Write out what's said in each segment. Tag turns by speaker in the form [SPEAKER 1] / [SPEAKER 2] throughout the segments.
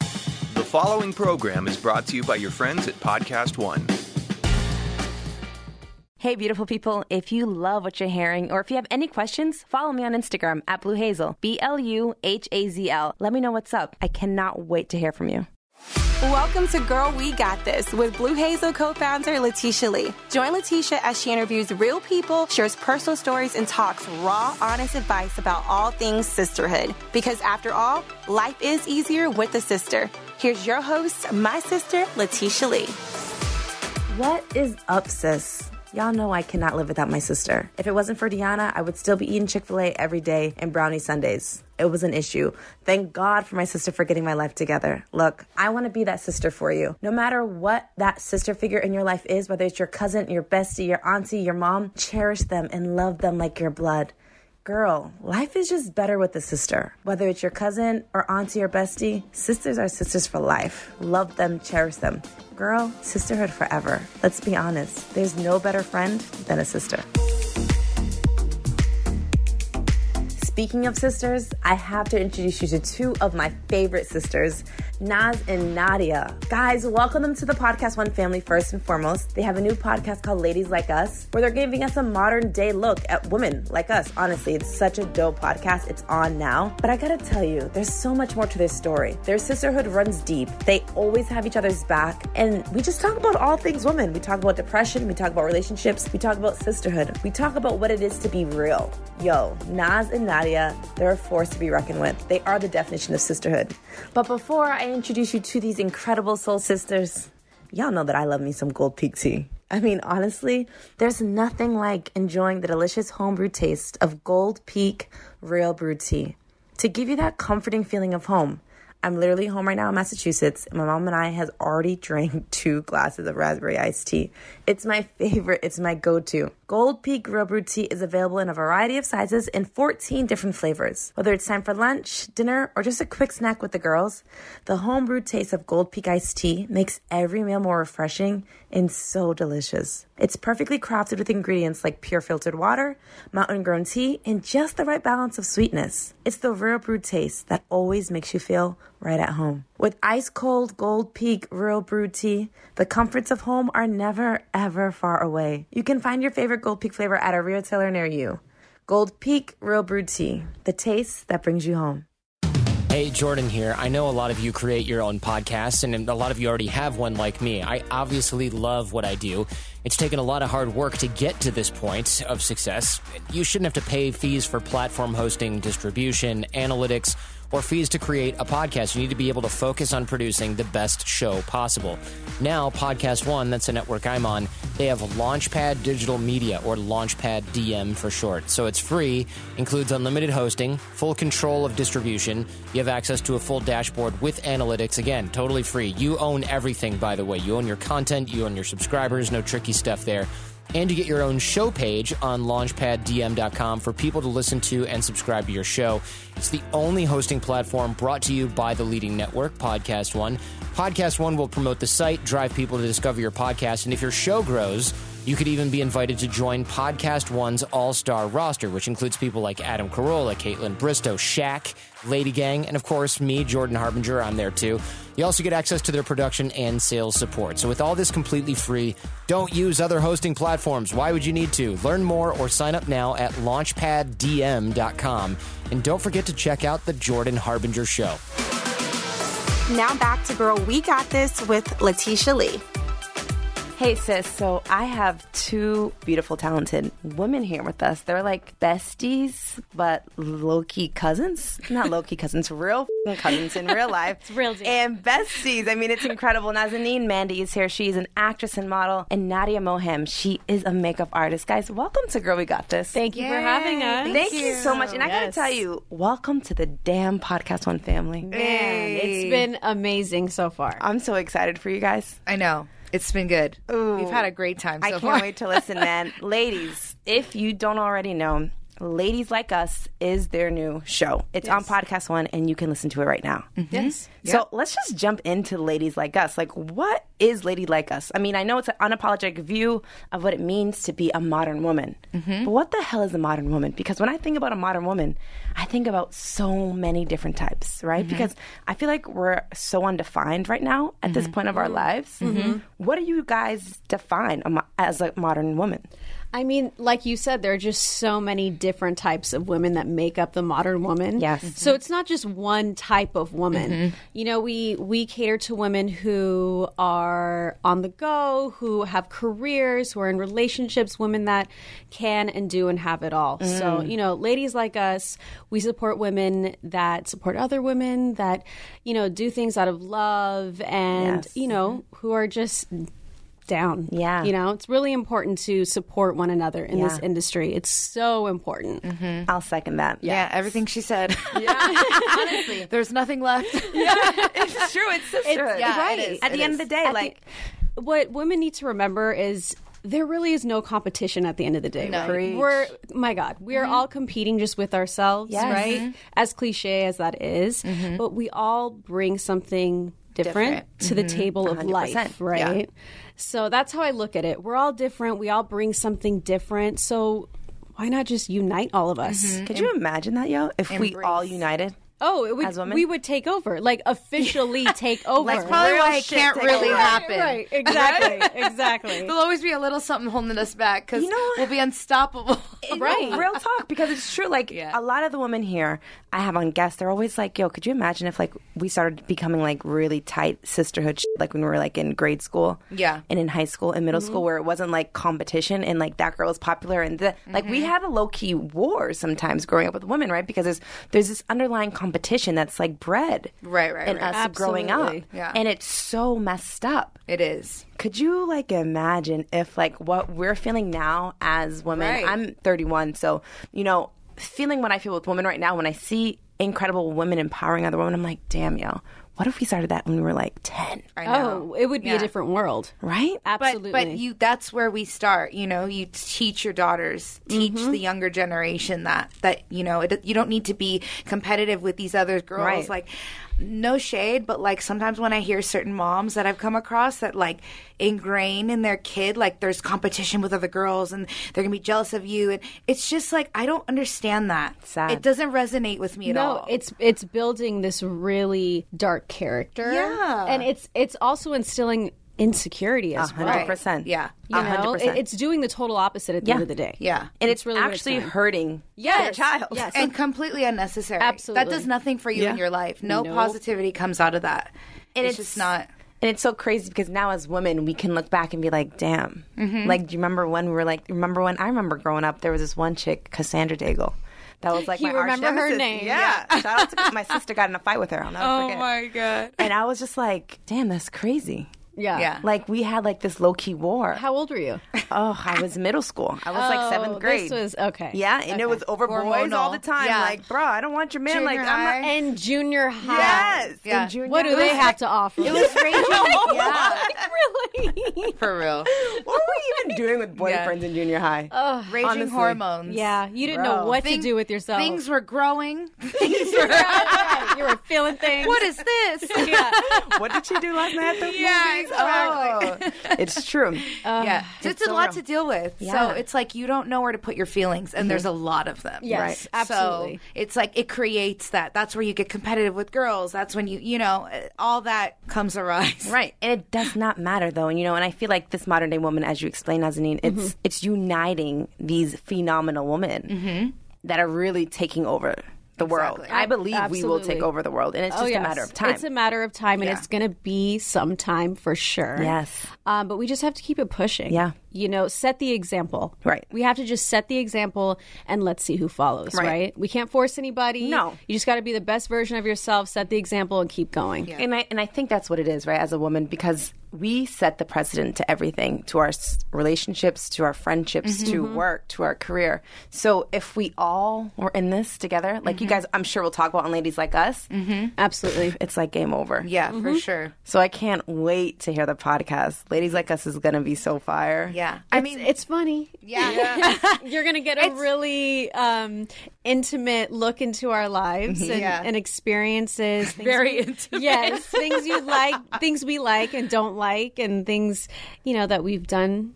[SPEAKER 1] The following program is brought to you by your friends at Podcast One.
[SPEAKER 2] Hey, beautiful people, if you love what you're hearing or if you have any questions, follow me on Instagram at Blue Hazel, B L U H A Z L. Let me know what's up. I cannot wait to hear from you.
[SPEAKER 3] Welcome to Girl We Got This with Blue Hazel co founder Letitia Lee. Join Letitia as she interviews real people, shares personal stories, and talks raw, honest advice about all things sisterhood. Because after all, life is easier with a sister. Here's your host, my sister, Letitia Lee.
[SPEAKER 2] What is up, sis? Y'all know I cannot live without my sister. If it wasn't for Deanna, I would still be eating Chick fil A every day and brownie Sundays. It was an issue. Thank God for my sister for getting my life together. Look, I want to be that sister for you. No matter what that sister figure in your life is, whether it's your cousin, your bestie, your auntie, your mom, cherish them and love them like your blood. Girl, life is just better with a sister. Whether it's your cousin or auntie or bestie, sisters are sisters for life. Love them, cherish them. Girl, sisterhood forever. Let's be honest, there's no better friend than a sister. Speaking of sisters, I have to introduce you to two of my favorite sisters, Naz and Nadia. Guys, welcome them to the Podcast One family first and foremost. They have a new podcast called Ladies Like Us, where they're giving us a modern day look at women like us. Honestly, it's such a dope podcast. It's on now. But I gotta tell you, there's so much more to their story. Their sisterhood runs deep. They always have each other's back. And we just talk about all things women. We talk about depression, we talk about relationships, we talk about sisterhood, we talk about what it is to be real. Yo, Naz and Nadia. Nadia. They're a force to be reckoned with. They are the definition of sisterhood. But before I introduce you to these incredible soul sisters, y'all know that I love me some Gold Peak tea. I mean, honestly, there's nothing like enjoying the delicious homebrew taste of Gold Peak Real Brew Tea to give you that comforting feeling of home. I'm literally home right now in Massachusetts, and my mom and I has already drank two glasses of raspberry iced tea. It's my favorite. It's my go-to. Gold Peak Real Brew Tea is available in a variety of sizes and 14 different flavors. Whether it's time for lunch, dinner, or just a quick snack with the girls, the homebrew taste of Gold Peak iced tea makes every meal more refreshing and so delicious. It's perfectly crafted with ingredients like pure filtered water, mountain grown tea, and just the right balance of sweetness. It's the real brew taste that always makes you feel right at home. With ice cold Gold Peak Real Brew Tea, the comforts of home are never, ever far away. You can find your favorite Gold Peak flavor at a retailer near you. Gold Peak Real Brew Tea, the taste that brings you home.
[SPEAKER 4] Hey, Jordan here. I know a lot of you create your own podcasts, and a lot of you already have one like me. I obviously love what I do. It's taken a lot of hard work to get to this point of success. You shouldn't have to pay fees for platform hosting, distribution, analytics, or fees to create a podcast. You need to be able to focus on producing the best show possible. Now, Podcast One, that's the network I'm on, they have Launchpad Digital Media, or Launchpad DM for short. So it's free, includes unlimited hosting, full control of distribution. You have access to a full dashboard with analytics. Again, totally free. You own everything, by the way. You own your content, you own your subscribers, no tricky stuff there. And you get your own show page on launchpaddm.com for people to listen to and subscribe to your show. It's the only hosting platform brought to you by the leading network, Podcast One. Podcast One will promote the site, drive people to discover your podcast, and if your show grows, you could even be invited to join Podcast One's all star roster, which includes people like Adam Carolla, Caitlin Bristow, Shaq, Lady Gang, and of course, me, Jordan Harbinger. I'm there too. You also get access to their production and sales support. So, with all this completely free, don't use other hosting platforms. Why would you need to? Learn more or sign up now at launchpaddm.com. And don't forget to check out The Jordan Harbinger Show.
[SPEAKER 3] Now back to Girl We Got This with Letitia Lee.
[SPEAKER 2] Hey, sis. So I have two beautiful, talented women here with us. They're like besties, but low key cousins. Not low key cousins, real f***ing cousins in real life. it's
[SPEAKER 5] real deal.
[SPEAKER 2] And besties. I mean, it's incredible. Nazanin Mandy is here. She's an actress and model. And Nadia Mohem, she is a makeup artist. Guys, welcome to Girl We Got This.
[SPEAKER 5] Thank you for having us.
[SPEAKER 2] Thank you so much. And I gotta
[SPEAKER 5] Yes.
[SPEAKER 2] tell you, welcome to the damn Podcast One family.
[SPEAKER 5] Man, it's been amazing so far.
[SPEAKER 2] I'm so excited for you guys.
[SPEAKER 6] I know. It's been good. We've had a great time so
[SPEAKER 2] I can't
[SPEAKER 6] far.
[SPEAKER 2] wait to listen, man. ladies, if you don't already know, Ladies Like Us is their new show. It's on Podcast One, and you can listen to it right now.
[SPEAKER 6] Yes.
[SPEAKER 2] So let's just jump into Ladies Like Us. Like, what is Lady Like Us? I mean, I know it's an unapologetic view of what it means to be a modern woman.
[SPEAKER 6] Mm-hmm.
[SPEAKER 2] But what the hell is a modern woman? Because when I think about a modern woman, I think about so many different types, right?
[SPEAKER 6] Mm-hmm.
[SPEAKER 2] Because I feel like we're so undefined right now at
[SPEAKER 6] Mm-hmm.
[SPEAKER 2] this point of our lives. Mm-hmm. What do you guys define a mo- as a modern woman?
[SPEAKER 5] I mean, like you said, there are just so many different types of women that make up the modern woman.
[SPEAKER 2] Yes. Mm-hmm. Mhm.
[SPEAKER 5] So it's not just one type of woman. You know, we we cater to women who are on the go, who have careers, who are in relationships, women that can and do and have it all. So,
[SPEAKER 2] Mm.
[SPEAKER 5] you know, ladies like us, we support women that support other women that, you know, do things out of love and,
[SPEAKER 2] Yes.
[SPEAKER 5] you know, who are just down.
[SPEAKER 2] Yeah.
[SPEAKER 5] You know, it's really important to support one another in this
[SPEAKER 2] Yeah.
[SPEAKER 5] industry. It's so important.
[SPEAKER 2] I'll second that.
[SPEAKER 6] Mm-hmm. Yeah, everything she said. Yeah. Honestly. There's nothing left.
[SPEAKER 2] it's true. It's sisterhood.
[SPEAKER 6] yeah, it
[SPEAKER 2] right.
[SPEAKER 6] is,
[SPEAKER 2] At
[SPEAKER 6] it
[SPEAKER 2] the end of
[SPEAKER 6] is.
[SPEAKER 2] the day, like,
[SPEAKER 5] What women need to remember is there really is no competition at the end of the day.
[SPEAKER 6] No.
[SPEAKER 5] Right? We're my God, we are all competing just with ourselves,
[SPEAKER 2] Yes.
[SPEAKER 5] right? As cliche as that is, but we all bring something different,
[SPEAKER 6] Different.
[SPEAKER 5] to the table of
[SPEAKER 2] 100%.
[SPEAKER 5] life, right? So that's how I look at it. We're all different. We all bring something different. So why not just unite all of us?
[SPEAKER 2] could you imagine that, yo? If we all united?
[SPEAKER 5] Oh, it would,
[SPEAKER 2] As women?
[SPEAKER 5] we would take over, like officially take over.
[SPEAKER 6] That's probably
[SPEAKER 2] real
[SPEAKER 6] why it
[SPEAKER 2] shit
[SPEAKER 6] can't
[SPEAKER 2] take
[SPEAKER 6] really
[SPEAKER 2] over. Right,
[SPEAKER 6] happen.
[SPEAKER 5] Right, exactly, exactly.
[SPEAKER 6] There'll always be a little something holding us back because
[SPEAKER 2] You know what?
[SPEAKER 6] we'll be unstoppable.
[SPEAKER 5] Right.
[SPEAKER 2] real talk because it's true like a lot of the women here i have on guests they're always like yo could you imagine if like we started becoming like really tight sisterhood shit, like when we were like in grade school
[SPEAKER 6] Yeah. Mm-hmm.
[SPEAKER 2] and in high school and middle school where it wasn't like competition and like that girl was popular and the, like
[SPEAKER 6] Mm-hmm.
[SPEAKER 2] we had a low-key war sometimes growing up with women right because there's there's this underlying competition that's like bred
[SPEAKER 6] Right, right,
[SPEAKER 2] in
[SPEAKER 6] right.
[SPEAKER 2] us growing up
[SPEAKER 5] Absolutely.
[SPEAKER 6] Yeah.
[SPEAKER 2] and it's so messed up
[SPEAKER 6] it is.
[SPEAKER 2] could you like imagine if like what we're feeling now as women?
[SPEAKER 6] Right.
[SPEAKER 2] I'm 31, so you know, feeling what I feel with women right now when I see incredible women empowering other women, I'm like, damn, yo, what if we started that when we were like 10,
[SPEAKER 6] I know.
[SPEAKER 5] Oh, it would be
[SPEAKER 6] Yeah.
[SPEAKER 5] a different world.
[SPEAKER 2] right?
[SPEAKER 5] Absolutely.
[SPEAKER 6] But, but you that's where we start, you know, you teach your daughters, teach
[SPEAKER 5] Mm-hmm.
[SPEAKER 6] the younger generation that that you know, it, you don't need to be competitive with these other girls
[SPEAKER 2] Right.
[SPEAKER 6] like no shade, but like sometimes when I hear certain moms that I've come across that like ingrain in their kid like there's competition with other girls and they're going to be jealous of you and it's just like I don't understand that.
[SPEAKER 2] Sad.
[SPEAKER 6] It doesn't resonate with me at all.
[SPEAKER 5] no, it's it's building this really dark character.
[SPEAKER 6] Yeah.
[SPEAKER 5] And it's it's also instilling insecurity as well.
[SPEAKER 2] 100%.
[SPEAKER 6] yeah.
[SPEAKER 5] You know, It- it's doing the total opposite at the end of the day.
[SPEAKER 6] Yeah.
[SPEAKER 2] and it's
[SPEAKER 5] really what
[SPEAKER 2] actually
[SPEAKER 5] done.
[SPEAKER 2] hurting
[SPEAKER 5] Yes.
[SPEAKER 2] your child.
[SPEAKER 5] Yes.
[SPEAKER 6] and completely unnecessary. That
[SPEAKER 5] Absolutely.
[SPEAKER 6] does nothing for you in your life. No
[SPEAKER 5] Nope.
[SPEAKER 6] positivity comes out of that.
[SPEAKER 2] And
[SPEAKER 6] it's, just not.
[SPEAKER 2] And it's so crazy because now as women, we can look back and be like, damn.
[SPEAKER 5] Mm-hmm.
[SPEAKER 2] Like, do you remember when we were like, remember when I remember growing up, there was this one chick, Cassandra Daigle. That was like
[SPEAKER 5] You
[SPEAKER 2] my arch
[SPEAKER 5] remember her
[SPEAKER 2] nemesis.
[SPEAKER 5] name. Oh
[SPEAKER 2] Yeah. Shout out to my sister got in a fight with her. I'll never forget.
[SPEAKER 6] god.
[SPEAKER 2] And I was just like, damn, that's crazy.
[SPEAKER 5] Yeah.
[SPEAKER 6] Yeah.
[SPEAKER 2] Like we had like this low key war.
[SPEAKER 5] How old were you?
[SPEAKER 2] oh, I was middle school. I was like
[SPEAKER 5] Oh,
[SPEAKER 2] seventh grade.
[SPEAKER 5] This was okay.
[SPEAKER 2] yeah, and it was over boys all the
[SPEAKER 6] Hormonal.
[SPEAKER 2] time.
[SPEAKER 6] Yeah.
[SPEAKER 2] Like, bro, I don't want your man.
[SPEAKER 6] Junior
[SPEAKER 2] like,
[SPEAKER 6] high.
[SPEAKER 2] I'm not.
[SPEAKER 5] And junior high.
[SPEAKER 2] Yes,
[SPEAKER 6] Yeah.
[SPEAKER 2] in junior
[SPEAKER 5] What do
[SPEAKER 2] high.
[SPEAKER 5] they have to offer?
[SPEAKER 2] It was raging. yeah.
[SPEAKER 5] really.
[SPEAKER 6] For real.
[SPEAKER 2] What were we even doing with boyfriends in junior high?
[SPEAKER 6] Raging
[SPEAKER 2] Honestly.
[SPEAKER 6] hormones.
[SPEAKER 5] Yeah, you didn't know
[SPEAKER 2] Bro.
[SPEAKER 5] what
[SPEAKER 6] Thing-
[SPEAKER 5] to do with yourself.
[SPEAKER 6] Things were growing. Things
[SPEAKER 5] Right,
[SPEAKER 6] were.
[SPEAKER 5] right. you were feeling things.
[SPEAKER 6] what is this?
[SPEAKER 5] yeah.
[SPEAKER 2] what did she do last night at the
[SPEAKER 6] Yeah,
[SPEAKER 2] movies?
[SPEAKER 6] exactly.
[SPEAKER 2] Oh. it's true.
[SPEAKER 5] Um,
[SPEAKER 6] yeah, it's, a
[SPEAKER 2] so
[SPEAKER 6] lot
[SPEAKER 2] real.
[SPEAKER 6] to deal with.
[SPEAKER 2] Yeah.
[SPEAKER 6] So it's like you don't know where to put your feelings, and there's a lot of them.
[SPEAKER 5] Mm-hmm. Yes, Right. absolutely.
[SPEAKER 6] So it's like it creates that. That's where you get competitive with girls. That's when you, you know, uh, all that comes arise.
[SPEAKER 2] Right. And it does not matter though. And you know, and I feel like this modern day woman, as you explained, Nazanin, it's Mm-hmm. it's uniting these phenomenal women that are really taking over. the world.
[SPEAKER 6] Exactly.
[SPEAKER 2] I believe we will take
[SPEAKER 5] Absolutely.
[SPEAKER 2] over the world, and it's
[SPEAKER 5] Oh,
[SPEAKER 2] just
[SPEAKER 5] yes.
[SPEAKER 2] a matter of time.
[SPEAKER 5] It's a matter of time, and
[SPEAKER 6] Yeah.
[SPEAKER 5] it's going to be some time for sure.
[SPEAKER 2] Yes.
[SPEAKER 5] Um, but we just have to keep it pushing.
[SPEAKER 2] Yeah.
[SPEAKER 5] You know, set the example.
[SPEAKER 2] Right.
[SPEAKER 5] We have to just set the example and let's see who follows,
[SPEAKER 2] Right.
[SPEAKER 5] right? We can't force anybody.
[SPEAKER 2] No.
[SPEAKER 5] You just got to be the best version of yourself, set the example, and keep going.
[SPEAKER 2] And I and I think that's what it is, right? As a woman, because we set the precedent to everything, to our s- relationships, to our friendships, to work, to our career. So if we all were in this together, like you guys, I'm sure we'll talk about on ladies like us.
[SPEAKER 5] Absolutely.
[SPEAKER 2] It's like game over.
[SPEAKER 6] Yeah, for sure.
[SPEAKER 2] So I can't wait to hear the podcast. Ladies like us is gonna be so fire.
[SPEAKER 6] Yeah. I mean,
[SPEAKER 5] It's funny.
[SPEAKER 6] yeah.
[SPEAKER 5] You're going to get a really um, intimate look into our lives and,
[SPEAKER 6] Mm-hmm. Yeah.
[SPEAKER 5] and experiences. Very intimate. Yes. Things you like, things we like and don't like, and things, you know, that we've done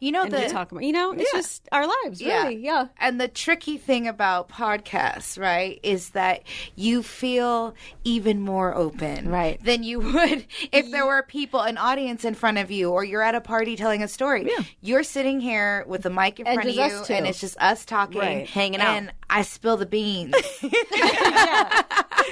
[SPEAKER 6] You know
[SPEAKER 5] and
[SPEAKER 6] the
[SPEAKER 5] we talk about. You know, it's just our lives, really. Yeah.
[SPEAKER 6] And the tricky thing about podcasts, right, is that you feel even more open
[SPEAKER 2] Right.
[SPEAKER 6] than you would if there were people, an audience in front of you, or you're at a party telling a story. Yeah. You're sitting here with the mic in
[SPEAKER 5] And
[SPEAKER 6] front of
[SPEAKER 5] just
[SPEAKER 6] you,
[SPEAKER 5] us two.
[SPEAKER 6] and it's just us talking,
[SPEAKER 2] Right. Hanging out.
[SPEAKER 6] And I spill the beans.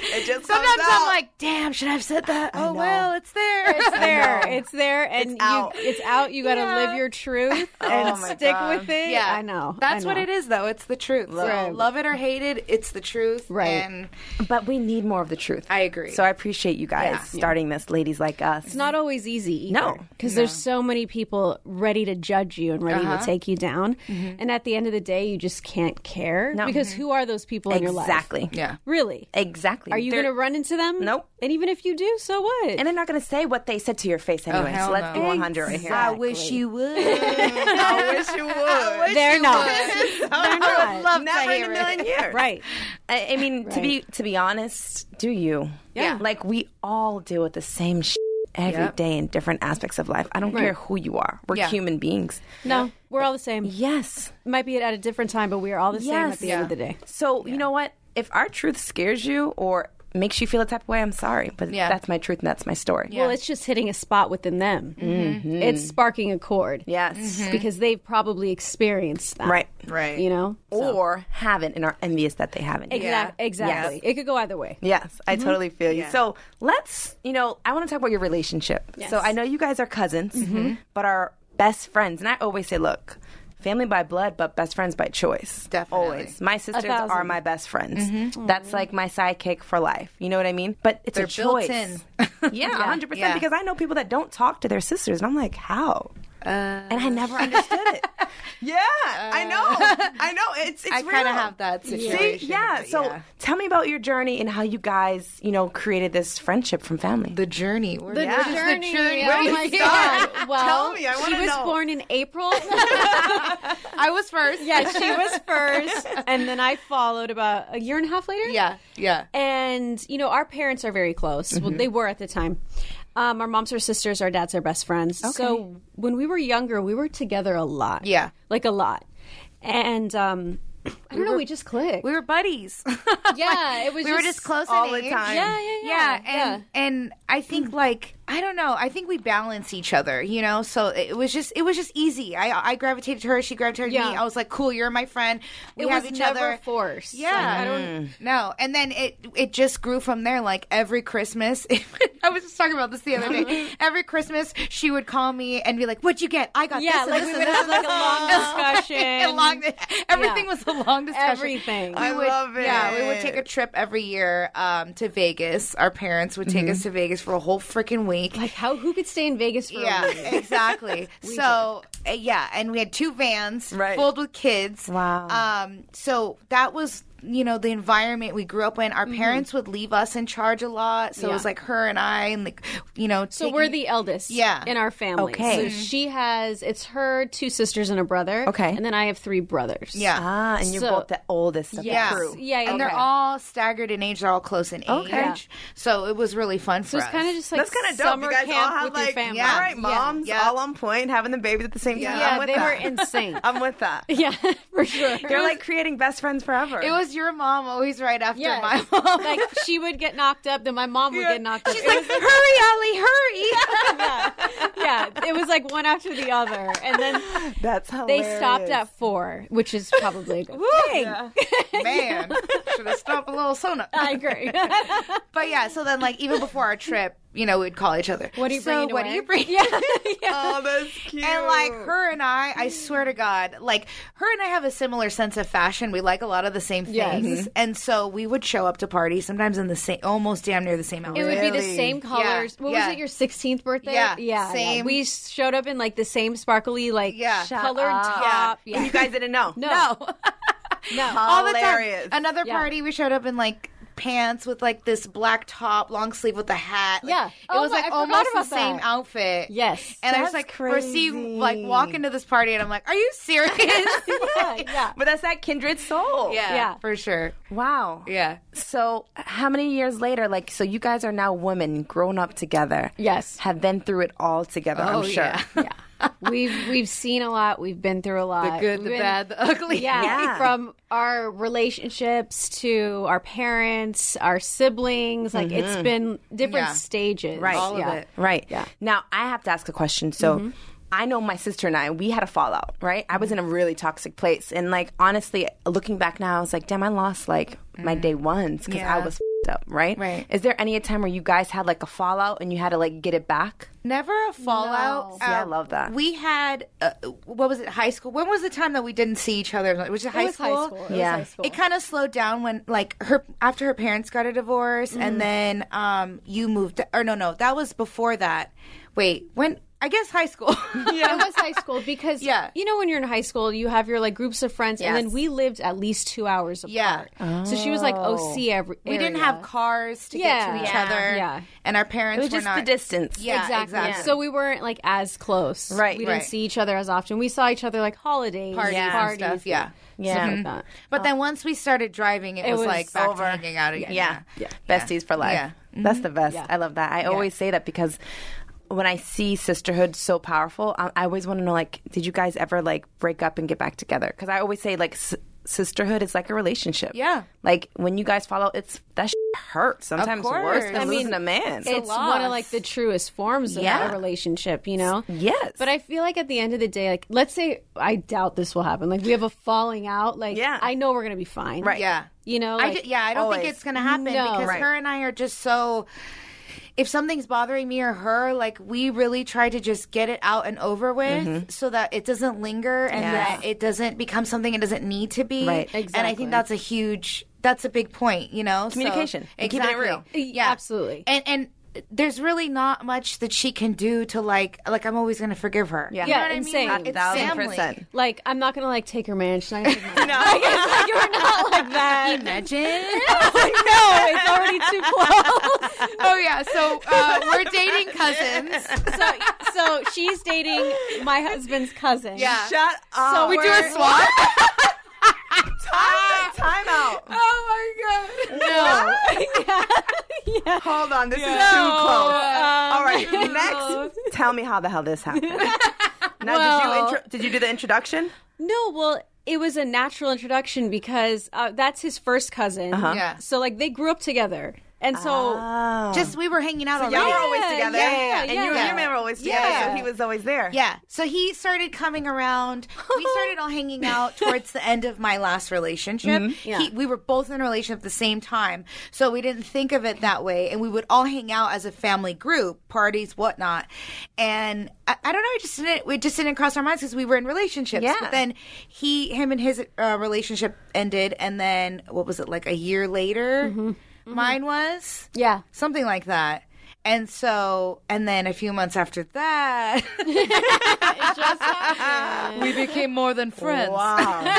[SPEAKER 7] It just
[SPEAKER 6] Sometimes I'm like, damn, should I have said that? Oh, well, it's there.
[SPEAKER 5] It's there. It's there, and you,
[SPEAKER 2] out.
[SPEAKER 5] it's out. You got to
[SPEAKER 6] Yeah. Oh
[SPEAKER 5] live your truth and
[SPEAKER 2] my
[SPEAKER 5] stick
[SPEAKER 2] God.
[SPEAKER 5] with it.
[SPEAKER 6] Yeah,
[SPEAKER 5] I know.
[SPEAKER 6] That's
[SPEAKER 5] I
[SPEAKER 6] what
[SPEAKER 5] know.
[SPEAKER 6] it is, though. It's the truth. Love,
[SPEAKER 5] Right.
[SPEAKER 6] love it or hate it, it's the truth.
[SPEAKER 5] Right.
[SPEAKER 6] And
[SPEAKER 2] But we need more of the truth.
[SPEAKER 6] I agree.
[SPEAKER 2] So I appreciate you guys starting this, ladies like us.
[SPEAKER 5] It's not always easy.
[SPEAKER 2] No. Uh-huh.
[SPEAKER 5] because there's so many people ready to judge you and ready to take you down,
[SPEAKER 2] Mm-hmm.
[SPEAKER 5] and at the end of the day, you just can't care
[SPEAKER 2] No.
[SPEAKER 5] because who are those people in your life?
[SPEAKER 2] exactly.
[SPEAKER 6] yeah.
[SPEAKER 5] Really?
[SPEAKER 2] Exactly.
[SPEAKER 5] Are you
[SPEAKER 2] They're-
[SPEAKER 5] going to run into them?
[SPEAKER 2] Nope.
[SPEAKER 5] And even if you do, so what?
[SPEAKER 2] And they're not going to say what they said to your
[SPEAKER 5] Oh,
[SPEAKER 2] face anyway.
[SPEAKER 6] hell
[SPEAKER 2] so let's be
[SPEAKER 6] no.
[SPEAKER 2] 100 right here.
[SPEAKER 6] I wish you would.
[SPEAKER 7] I wish you would.
[SPEAKER 5] they're not. they're
[SPEAKER 6] I
[SPEAKER 5] not.
[SPEAKER 6] would love
[SPEAKER 2] Never
[SPEAKER 6] to
[SPEAKER 2] in
[SPEAKER 6] hear
[SPEAKER 2] a
[SPEAKER 6] it.
[SPEAKER 2] million years.
[SPEAKER 5] Right.
[SPEAKER 2] I, I mean, to be to be honest, do you?
[SPEAKER 5] Yeah.
[SPEAKER 2] Like we all deal with the same sh- every day
[SPEAKER 6] Yep.
[SPEAKER 2] in different aspects of life. I don't care who you are. We're
[SPEAKER 6] Yeah.
[SPEAKER 2] human beings.
[SPEAKER 5] No, we're all the same.
[SPEAKER 2] Yes.
[SPEAKER 5] Might be at a different time, but we are all the same
[SPEAKER 2] Yes.
[SPEAKER 5] at the end of the day.
[SPEAKER 2] So you know what? If our truth scares you or makes you feel a type of way, I'm sorry, but
[SPEAKER 6] Yeah.
[SPEAKER 2] that's my truth and that's my story.
[SPEAKER 5] Well, it's just hitting a spot within them.
[SPEAKER 2] Mm-hmm.
[SPEAKER 5] It's sparking a chord.
[SPEAKER 2] Yes.
[SPEAKER 5] Because they've probably experienced that.
[SPEAKER 2] Mm-hmm. Right.
[SPEAKER 6] Right.
[SPEAKER 5] You know?
[SPEAKER 2] Or haven't and are envious that they haven't.
[SPEAKER 5] Exact- Exactly. It could go either way.
[SPEAKER 2] Yes, I totally feel you. So let's, you know, I want to talk about your relationship. So I know you guys are cousins, but are best friends. And I always say, look, family by blood, but best friends by choice.
[SPEAKER 6] Definitely.
[SPEAKER 2] Always. My sisters
[SPEAKER 5] thousand.
[SPEAKER 2] are my best friends. That's like my sidekick for life. You know what I mean? But it's
[SPEAKER 6] They're
[SPEAKER 2] a choice.
[SPEAKER 6] built in.
[SPEAKER 2] Yeah, 100%.
[SPEAKER 6] Yeah.
[SPEAKER 2] Because I know people that don't talk to their sisters, and I'm like, how? and I never understood it. Uh, Yeah, I know. I know. It's, it's
[SPEAKER 6] I
[SPEAKER 2] real.
[SPEAKER 6] kind of have that situation.
[SPEAKER 2] See, yeah.
[SPEAKER 6] but
[SPEAKER 2] So tell me about your journey and how you guys, you know, created this friendship from family.
[SPEAKER 6] the journey. Where
[SPEAKER 5] The
[SPEAKER 6] does the
[SPEAKER 5] journey.
[SPEAKER 6] journey-
[SPEAKER 5] Oh
[SPEAKER 6] where
[SPEAKER 5] my
[SPEAKER 6] does it start?
[SPEAKER 5] God. Well,
[SPEAKER 7] Tell me, I
[SPEAKER 5] she
[SPEAKER 7] wanna
[SPEAKER 5] was
[SPEAKER 7] know.
[SPEAKER 5] born in April.
[SPEAKER 6] I was first.
[SPEAKER 5] yeah, she was first. And then I followed about a year and a half later.
[SPEAKER 6] Yeah. Yeah.
[SPEAKER 5] And, you know, our parents are very close. Well,
[SPEAKER 6] Mm-hmm.
[SPEAKER 5] they were at the time. Um, our moms are sisters, our dads are best friends. So when we were younger, we were together a lot.
[SPEAKER 6] Yeah.
[SPEAKER 5] Like a lot. And um, I don't know, we just clicked.
[SPEAKER 6] We were buddies.
[SPEAKER 5] yeah, it was
[SPEAKER 6] we were just close in
[SPEAKER 2] all the
[SPEAKER 6] age.
[SPEAKER 2] time.
[SPEAKER 5] Yeah, yeah, yeah.
[SPEAKER 6] yeah and and i think like i don't know i think we balance each other you know so it was just it was just easy i i gravitated to her she gravitated to me
[SPEAKER 5] Yeah.
[SPEAKER 6] i was like cool you're my friend we
[SPEAKER 5] it
[SPEAKER 6] have
[SPEAKER 5] was
[SPEAKER 6] each
[SPEAKER 5] never
[SPEAKER 6] other
[SPEAKER 5] forced.
[SPEAKER 6] yeah
[SPEAKER 5] Like, I don't.
[SPEAKER 6] no and then it it just grew from there like every christmas i was just talking about this the other day every christmas she would call me and be like what'd you get i got
[SPEAKER 5] Yeah,
[SPEAKER 6] this and
[SPEAKER 5] like
[SPEAKER 6] this
[SPEAKER 5] we
[SPEAKER 6] and
[SPEAKER 5] would
[SPEAKER 6] this
[SPEAKER 5] have
[SPEAKER 6] and
[SPEAKER 5] like a
[SPEAKER 6] this.
[SPEAKER 5] long discussion.
[SPEAKER 6] A long- everything was a long discussion.
[SPEAKER 5] Everything.
[SPEAKER 6] We
[SPEAKER 5] I
[SPEAKER 6] would,
[SPEAKER 7] love
[SPEAKER 6] Yeah, we would
[SPEAKER 7] it.
[SPEAKER 6] take a trip every year um, to Vegas. Our parents would take us to Vegas for a whole freaking week.
[SPEAKER 5] Mm-hmm. Like how? Who could stay in Vegas for
[SPEAKER 6] yeah,
[SPEAKER 5] a week?
[SPEAKER 6] exactly. so uh, yeah, and we had two vans
[SPEAKER 2] Right.
[SPEAKER 6] filled with kids.
[SPEAKER 2] Wow.
[SPEAKER 6] Um, so that was you know the environment we grew up in.
[SPEAKER 2] Mm-hmm.
[SPEAKER 6] Our parents would leave us in charge a lot, so it was
[SPEAKER 5] Yeah.
[SPEAKER 6] like her and I, and like you know.
[SPEAKER 5] So we're the eldest
[SPEAKER 6] Yeah.
[SPEAKER 5] in our family.
[SPEAKER 2] Okay.
[SPEAKER 5] So she has, it's her two sisters and a brother.
[SPEAKER 2] Okay.
[SPEAKER 5] And then I have three brothers.
[SPEAKER 6] yeah.
[SPEAKER 2] ah, and you're
[SPEAKER 5] So-
[SPEAKER 2] both the oldest of
[SPEAKER 6] Yeah.
[SPEAKER 2] the crew.
[SPEAKER 5] Yeah, yeah,
[SPEAKER 6] and they're
[SPEAKER 5] okay.
[SPEAKER 6] all staggered in age. They're all close in age.
[SPEAKER 2] Okay.
[SPEAKER 6] So it was really fun for
[SPEAKER 5] So it's
[SPEAKER 6] us.
[SPEAKER 5] kind of just like
[SPEAKER 2] That's kind of dope.
[SPEAKER 5] summer
[SPEAKER 2] You guys all
[SPEAKER 5] camp
[SPEAKER 2] have
[SPEAKER 5] with
[SPEAKER 2] like,
[SPEAKER 5] your family.
[SPEAKER 6] Yeah.
[SPEAKER 2] all right, moms
[SPEAKER 6] Yeah.
[SPEAKER 2] all on point, having the babies at the same time.
[SPEAKER 5] Yeah,
[SPEAKER 2] I'm with
[SPEAKER 5] they
[SPEAKER 2] that.
[SPEAKER 5] were insane.
[SPEAKER 2] I'm with that.
[SPEAKER 5] yeah, for sure.
[SPEAKER 2] You're like creating best friends forever.
[SPEAKER 6] it was your mom always right after
[SPEAKER 5] Yes.
[SPEAKER 6] my mom.
[SPEAKER 5] like she would get knocked up, then my mom would get knocked up.
[SPEAKER 6] She's
[SPEAKER 5] It
[SPEAKER 6] like,
[SPEAKER 5] was-
[SPEAKER 6] hurry, Ollie, hurry.
[SPEAKER 5] yeah, yeah. It was like like one after the other, and then
[SPEAKER 3] That's
[SPEAKER 5] they
[SPEAKER 3] hilarious.
[SPEAKER 5] stopped at four, which is probably a good.
[SPEAKER 6] Dang. Man, should have stopped a little sooner.
[SPEAKER 5] I agree.
[SPEAKER 6] But yeah, so then like even before our trip, you know, we'd call each other.
[SPEAKER 5] What do you
[SPEAKER 6] so
[SPEAKER 5] bringing to
[SPEAKER 6] What do
[SPEAKER 5] work?"
[SPEAKER 6] you bring?
[SPEAKER 5] Yeah.
[SPEAKER 3] Oh, that's cute.
[SPEAKER 6] And like her and I, I swear to God, like her and I have a similar sense of fashion. We like a lot of the same
[SPEAKER 5] Yes. Mm-hmm.
[SPEAKER 6] things, and so we would show up to parties sometimes in the same, almost damn near the same outfit.
[SPEAKER 5] It would be the
[SPEAKER 3] Really?
[SPEAKER 5] same colors. What
[SPEAKER 6] yeah.
[SPEAKER 5] was it? Your sixteenth birthday?
[SPEAKER 6] Yeah,
[SPEAKER 5] yeah,
[SPEAKER 6] same.
[SPEAKER 5] We showed up in like the same sparkly, like
[SPEAKER 6] Yeah. Shut
[SPEAKER 5] colored
[SPEAKER 3] up.
[SPEAKER 5] top. Yeah.
[SPEAKER 2] You guys didn't know.
[SPEAKER 5] no, no.
[SPEAKER 6] all the
[SPEAKER 3] Hilarious.
[SPEAKER 6] time. Another
[SPEAKER 5] Yeah.
[SPEAKER 6] party, we showed up in like pants with like this black top, long sleeve with a hat. Like,
[SPEAKER 5] Yeah.
[SPEAKER 6] it
[SPEAKER 5] Oh
[SPEAKER 6] was
[SPEAKER 5] my-
[SPEAKER 6] like
[SPEAKER 5] I forgot
[SPEAKER 6] almost the
[SPEAKER 5] about
[SPEAKER 6] same
[SPEAKER 5] that.
[SPEAKER 6] outfit.
[SPEAKER 5] Yes.
[SPEAKER 6] and I was
[SPEAKER 3] That's
[SPEAKER 6] like, proceed, like
[SPEAKER 3] crazy.
[SPEAKER 6] walk into this party, and I'm like, are you serious?
[SPEAKER 5] Oh, yeah, yeah.
[SPEAKER 2] But that's that kindred soul.
[SPEAKER 5] Yeah.
[SPEAKER 6] for sure.
[SPEAKER 2] Wow.
[SPEAKER 6] Yeah.
[SPEAKER 2] So, how many years later, like, so you guys are now women, grown up together.
[SPEAKER 5] Yes.
[SPEAKER 2] Have been through it all together, I'm sure.
[SPEAKER 5] yeah. We've we've seen a lot. We've been through a lot.
[SPEAKER 6] The good,
[SPEAKER 5] We've
[SPEAKER 6] the
[SPEAKER 5] been-
[SPEAKER 6] bad, the ugly.
[SPEAKER 5] Yeah,
[SPEAKER 2] Yeah.
[SPEAKER 5] from our relationships to our parents, our siblings, like it's been different
[SPEAKER 6] Mm-hmm. Yeah.
[SPEAKER 5] stages.
[SPEAKER 2] Right.
[SPEAKER 6] All of
[SPEAKER 5] yeah.
[SPEAKER 6] it. Mm-hmm.
[SPEAKER 2] Right. Now, I have to ask a question. So, I know my sister and I, we had a fallout, right? I was in a really toxic place. And, like, honestly, looking back now, I was like, damn, I lost, like, my day ones because I
[SPEAKER 6] Mm. Yeah.
[SPEAKER 2] was fed up, right?
[SPEAKER 6] Right.
[SPEAKER 2] Is there any time where you guys had, like, a fallout and you had to, like, get it back?
[SPEAKER 6] Never a fallout. Um,
[SPEAKER 2] See, I love that.
[SPEAKER 6] We had uh, what was it? High school. When was the time that we didn't see each other? Was it high
[SPEAKER 5] It was
[SPEAKER 6] school?
[SPEAKER 5] high school. It
[SPEAKER 2] Yeah.
[SPEAKER 5] was high school.
[SPEAKER 6] It kind of slowed down when like her after her parents got a divorce, and then um you moved. Or no, no, that was before that. Wait, when? I guess high school.
[SPEAKER 5] it was high school because
[SPEAKER 6] Yeah.
[SPEAKER 5] you know when you're in high school you have your like groups of friends and then
[SPEAKER 6] Yes.
[SPEAKER 5] we lived at least two hours
[SPEAKER 6] Yeah. Oh.
[SPEAKER 5] apart. So she was like OC every
[SPEAKER 6] we didn't have cars to get to
[SPEAKER 5] Yeah.
[SPEAKER 6] each
[SPEAKER 5] Yeah.
[SPEAKER 6] other.
[SPEAKER 5] Yeah.
[SPEAKER 6] and our parents
[SPEAKER 2] It was
[SPEAKER 6] were
[SPEAKER 2] just
[SPEAKER 6] not.
[SPEAKER 2] the distance.
[SPEAKER 6] Yeah,
[SPEAKER 5] exactly.
[SPEAKER 6] exactly.
[SPEAKER 5] So we weren't like as close.
[SPEAKER 2] Right,
[SPEAKER 5] We didn't
[SPEAKER 6] right.
[SPEAKER 5] see each other as often. We saw each other like holidays,
[SPEAKER 6] Parties and
[SPEAKER 5] parties,
[SPEAKER 6] stuff, yeah.
[SPEAKER 2] Yeah.
[SPEAKER 5] stuff like that.
[SPEAKER 6] But then once we started driving, it, was,
[SPEAKER 5] was
[SPEAKER 6] like back
[SPEAKER 2] over.
[SPEAKER 6] to hanging out again.
[SPEAKER 2] Yeah. Besties for life.
[SPEAKER 6] Yeah.
[SPEAKER 5] Mm-hmm.
[SPEAKER 2] That's the best. I love that. I always say that because when I see sisterhood so powerful, I, I always want to know like, did you guys ever like break up and get back together? Because I always say like, s- sisterhood is like a relationship.
[SPEAKER 6] Yeah.
[SPEAKER 2] Like when you guys follow, it's that shit hurts sometimes worse
[SPEAKER 6] course.
[SPEAKER 2] than
[SPEAKER 6] I mean,
[SPEAKER 2] losing a man.
[SPEAKER 5] it's one of
[SPEAKER 6] loss.
[SPEAKER 5] like the truest forms of
[SPEAKER 2] Yeah.
[SPEAKER 5] a relationship, you know?
[SPEAKER 2] yes.
[SPEAKER 5] But I feel like at the end of the day, like let's say I doubt this will happen. Like we have a falling out, like
[SPEAKER 2] Yeah.
[SPEAKER 5] I know we're gonna be fine.
[SPEAKER 2] Right.
[SPEAKER 6] Yeah.
[SPEAKER 5] You know,
[SPEAKER 6] I
[SPEAKER 5] like-
[SPEAKER 6] ju- yeah, I don't
[SPEAKER 2] always.
[SPEAKER 6] think it's going to happen
[SPEAKER 5] No.
[SPEAKER 6] because
[SPEAKER 5] Right.
[SPEAKER 6] her and I are just so. If something's bothering me or her, like we really try to just get it out and over with
[SPEAKER 2] Mm-hmm.
[SPEAKER 6] so that it doesn't linger and that it doesn't become something it doesn't need to be.
[SPEAKER 2] Right.
[SPEAKER 6] And I
[SPEAKER 5] Exactly.
[SPEAKER 6] think that's a huge, that's a big point, you know? So-
[SPEAKER 2] Communication and keeping it real.
[SPEAKER 6] exactly. Yeah.
[SPEAKER 5] Absolutely.
[SPEAKER 6] And, and, there's really not much that she can do to like like I'm always gonna forgive her. Yeah,
[SPEAKER 5] Yeah, and same.
[SPEAKER 6] Like, it's
[SPEAKER 2] thousand
[SPEAKER 6] family.
[SPEAKER 2] percent.
[SPEAKER 5] like I'm not gonna like take her man. She's not gonna take my man. Like, it's like, you're not like that.
[SPEAKER 6] Imagine.
[SPEAKER 5] no, it's already too close.
[SPEAKER 6] oh yeah, so uh, we're dating cousins.
[SPEAKER 5] so so she's dating my husband's cousin.
[SPEAKER 6] Yeah.
[SPEAKER 3] Shut up.
[SPEAKER 5] So
[SPEAKER 6] we do
[SPEAKER 5] we're-
[SPEAKER 6] a swap.
[SPEAKER 3] Time out.
[SPEAKER 6] oh my god.
[SPEAKER 5] No.
[SPEAKER 3] Hold on. This is too
[SPEAKER 5] No,
[SPEAKER 3] close.
[SPEAKER 5] um,
[SPEAKER 3] All right. Next.
[SPEAKER 2] Tell me how the hell this happened.
[SPEAKER 3] Now,
[SPEAKER 5] Well-
[SPEAKER 3] did you intro- did you do the introduction?
[SPEAKER 5] No, well, it was a natural introduction because uh, that's his first cousin.
[SPEAKER 6] Yeah.
[SPEAKER 5] So like they grew up together, and so
[SPEAKER 3] Ah.
[SPEAKER 6] Just we were hanging out
[SPEAKER 3] Y'all
[SPEAKER 6] already.
[SPEAKER 3] were always
[SPEAKER 5] Yeah,
[SPEAKER 3] together.
[SPEAKER 5] yeah, yeah,
[SPEAKER 3] and you
[SPEAKER 5] yeah.
[SPEAKER 3] and your man were always together,
[SPEAKER 5] Yeah.
[SPEAKER 3] so he was always there.
[SPEAKER 6] Yeah. So he started coming around. We started all hanging out towards the end of my last relationship. He, we were both in a relationship at the same time. So we didn't think of it that way. And we would all hang out as a family group, parties, whatnot. And I, I don't know. It just didn't, it just didn't cross our minds because we were in relationships.
[SPEAKER 2] Yeah.
[SPEAKER 6] But then he, him and his uh, relationship ended. And then what was it, like a year later? Mine was?
[SPEAKER 5] yeah.
[SPEAKER 6] something like that. And so, and then a few months after that, we became more than friends.
[SPEAKER 3] Wow.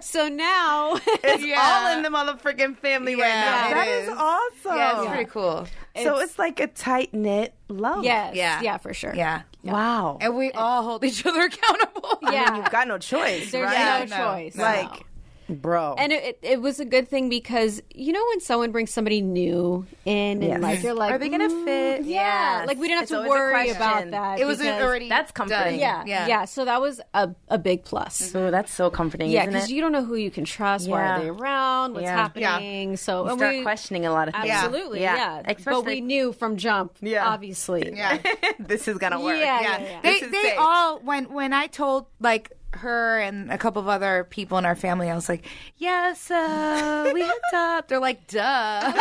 [SPEAKER 5] So now
[SPEAKER 3] It's all in the motherfucking family right now.
[SPEAKER 6] Yeah, it
[SPEAKER 3] that is.
[SPEAKER 6] is.
[SPEAKER 3] awesome.
[SPEAKER 6] Yeah, it's pretty cool.
[SPEAKER 3] So it's like a tight knit love.
[SPEAKER 5] yes, yeah,
[SPEAKER 6] Yeah.
[SPEAKER 5] for sure.
[SPEAKER 6] Yeah.
[SPEAKER 2] Wow.
[SPEAKER 6] And we all hold each other accountable.
[SPEAKER 5] yeah.
[SPEAKER 3] Got no choice,
[SPEAKER 5] There's
[SPEAKER 3] right?
[SPEAKER 5] no
[SPEAKER 6] Yeah, no,
[SPEAKER 5] choice.
[SPEAKER 6] no.
[SPEAKER 5] Like
[SPEAKER 3] Like
[SPEAKER 6] Bro.
[SPEAKER 5] And it, it, it was a good thing because you know when someone brings somebody new in, and like you're like,
[SPEAKER 8] Are they gonna
[SPEAKER 5] "Mm,
[SPEAKER 8] fit?"
[SPEAKER 5] Yeah,
[SPEAKER 8] Yes.
[SPEAKER 5] like we didn't have
[SPEAKER 8] It's
[SPEAKER 5] to
[SPEAKER 8] always a
[SPEAKER 5] worry
[SPEAKER 8] question.
[SPEAKER 5] about that.
[SPEAKER 8] It was
[SPEAKER 5] because-
[SPEAKER 6] already
[SPEAKER 9] That's comforting.
[SPEAKER 6] done.
[SPEAKER 5] yeah, yeah, So that was a a big plus.
[SPEAKER 9] So that's so comforting,
[SPEAKER 5] Yeah,
[SPEAKER 9] isn't
[SPEAKER 5] because
[SPEAKER 9] it?
[SPEAKER 5] you don't know who you can trust. Why
[SPEAKER 9] Yeah.
[SPEAKER 5] are they around? What's
[SPEAKER 9] Yeah.
[SPEAKER 5] happening? So
[SPEAKER 9] You
[SPEAKER 5] and
[SPEAKER 9] start
[SPEAKER 5] we-
[SPEAKER 9] questioning a lot of things.
[SPEAKER 5] Absolutely,
[SPEAKER 9] Yeah.
[SPEAKER 5] yeah.
[SPEAKER 9] Yeah.
[SPEAKER 5] but
[SPEAKER 9] Especially-
[SPEAKER 5] we knew from jump, yeah. obviously.
[SPEAKER 6] Yeah.
[SPEAKER 8] this is gonna work.
[SPEAKER 5] Yeah, yeah, yeah.
[SPEAKER 6] they
[SPEAKER 8] This is
[SPEAKER 6] they
[SPEAKER 8] safe.
[SPEAKER 6] all when when I told like her and a couple of other people in our family, I was like, "Yes, uh, we hooked up." They're like, "Duh."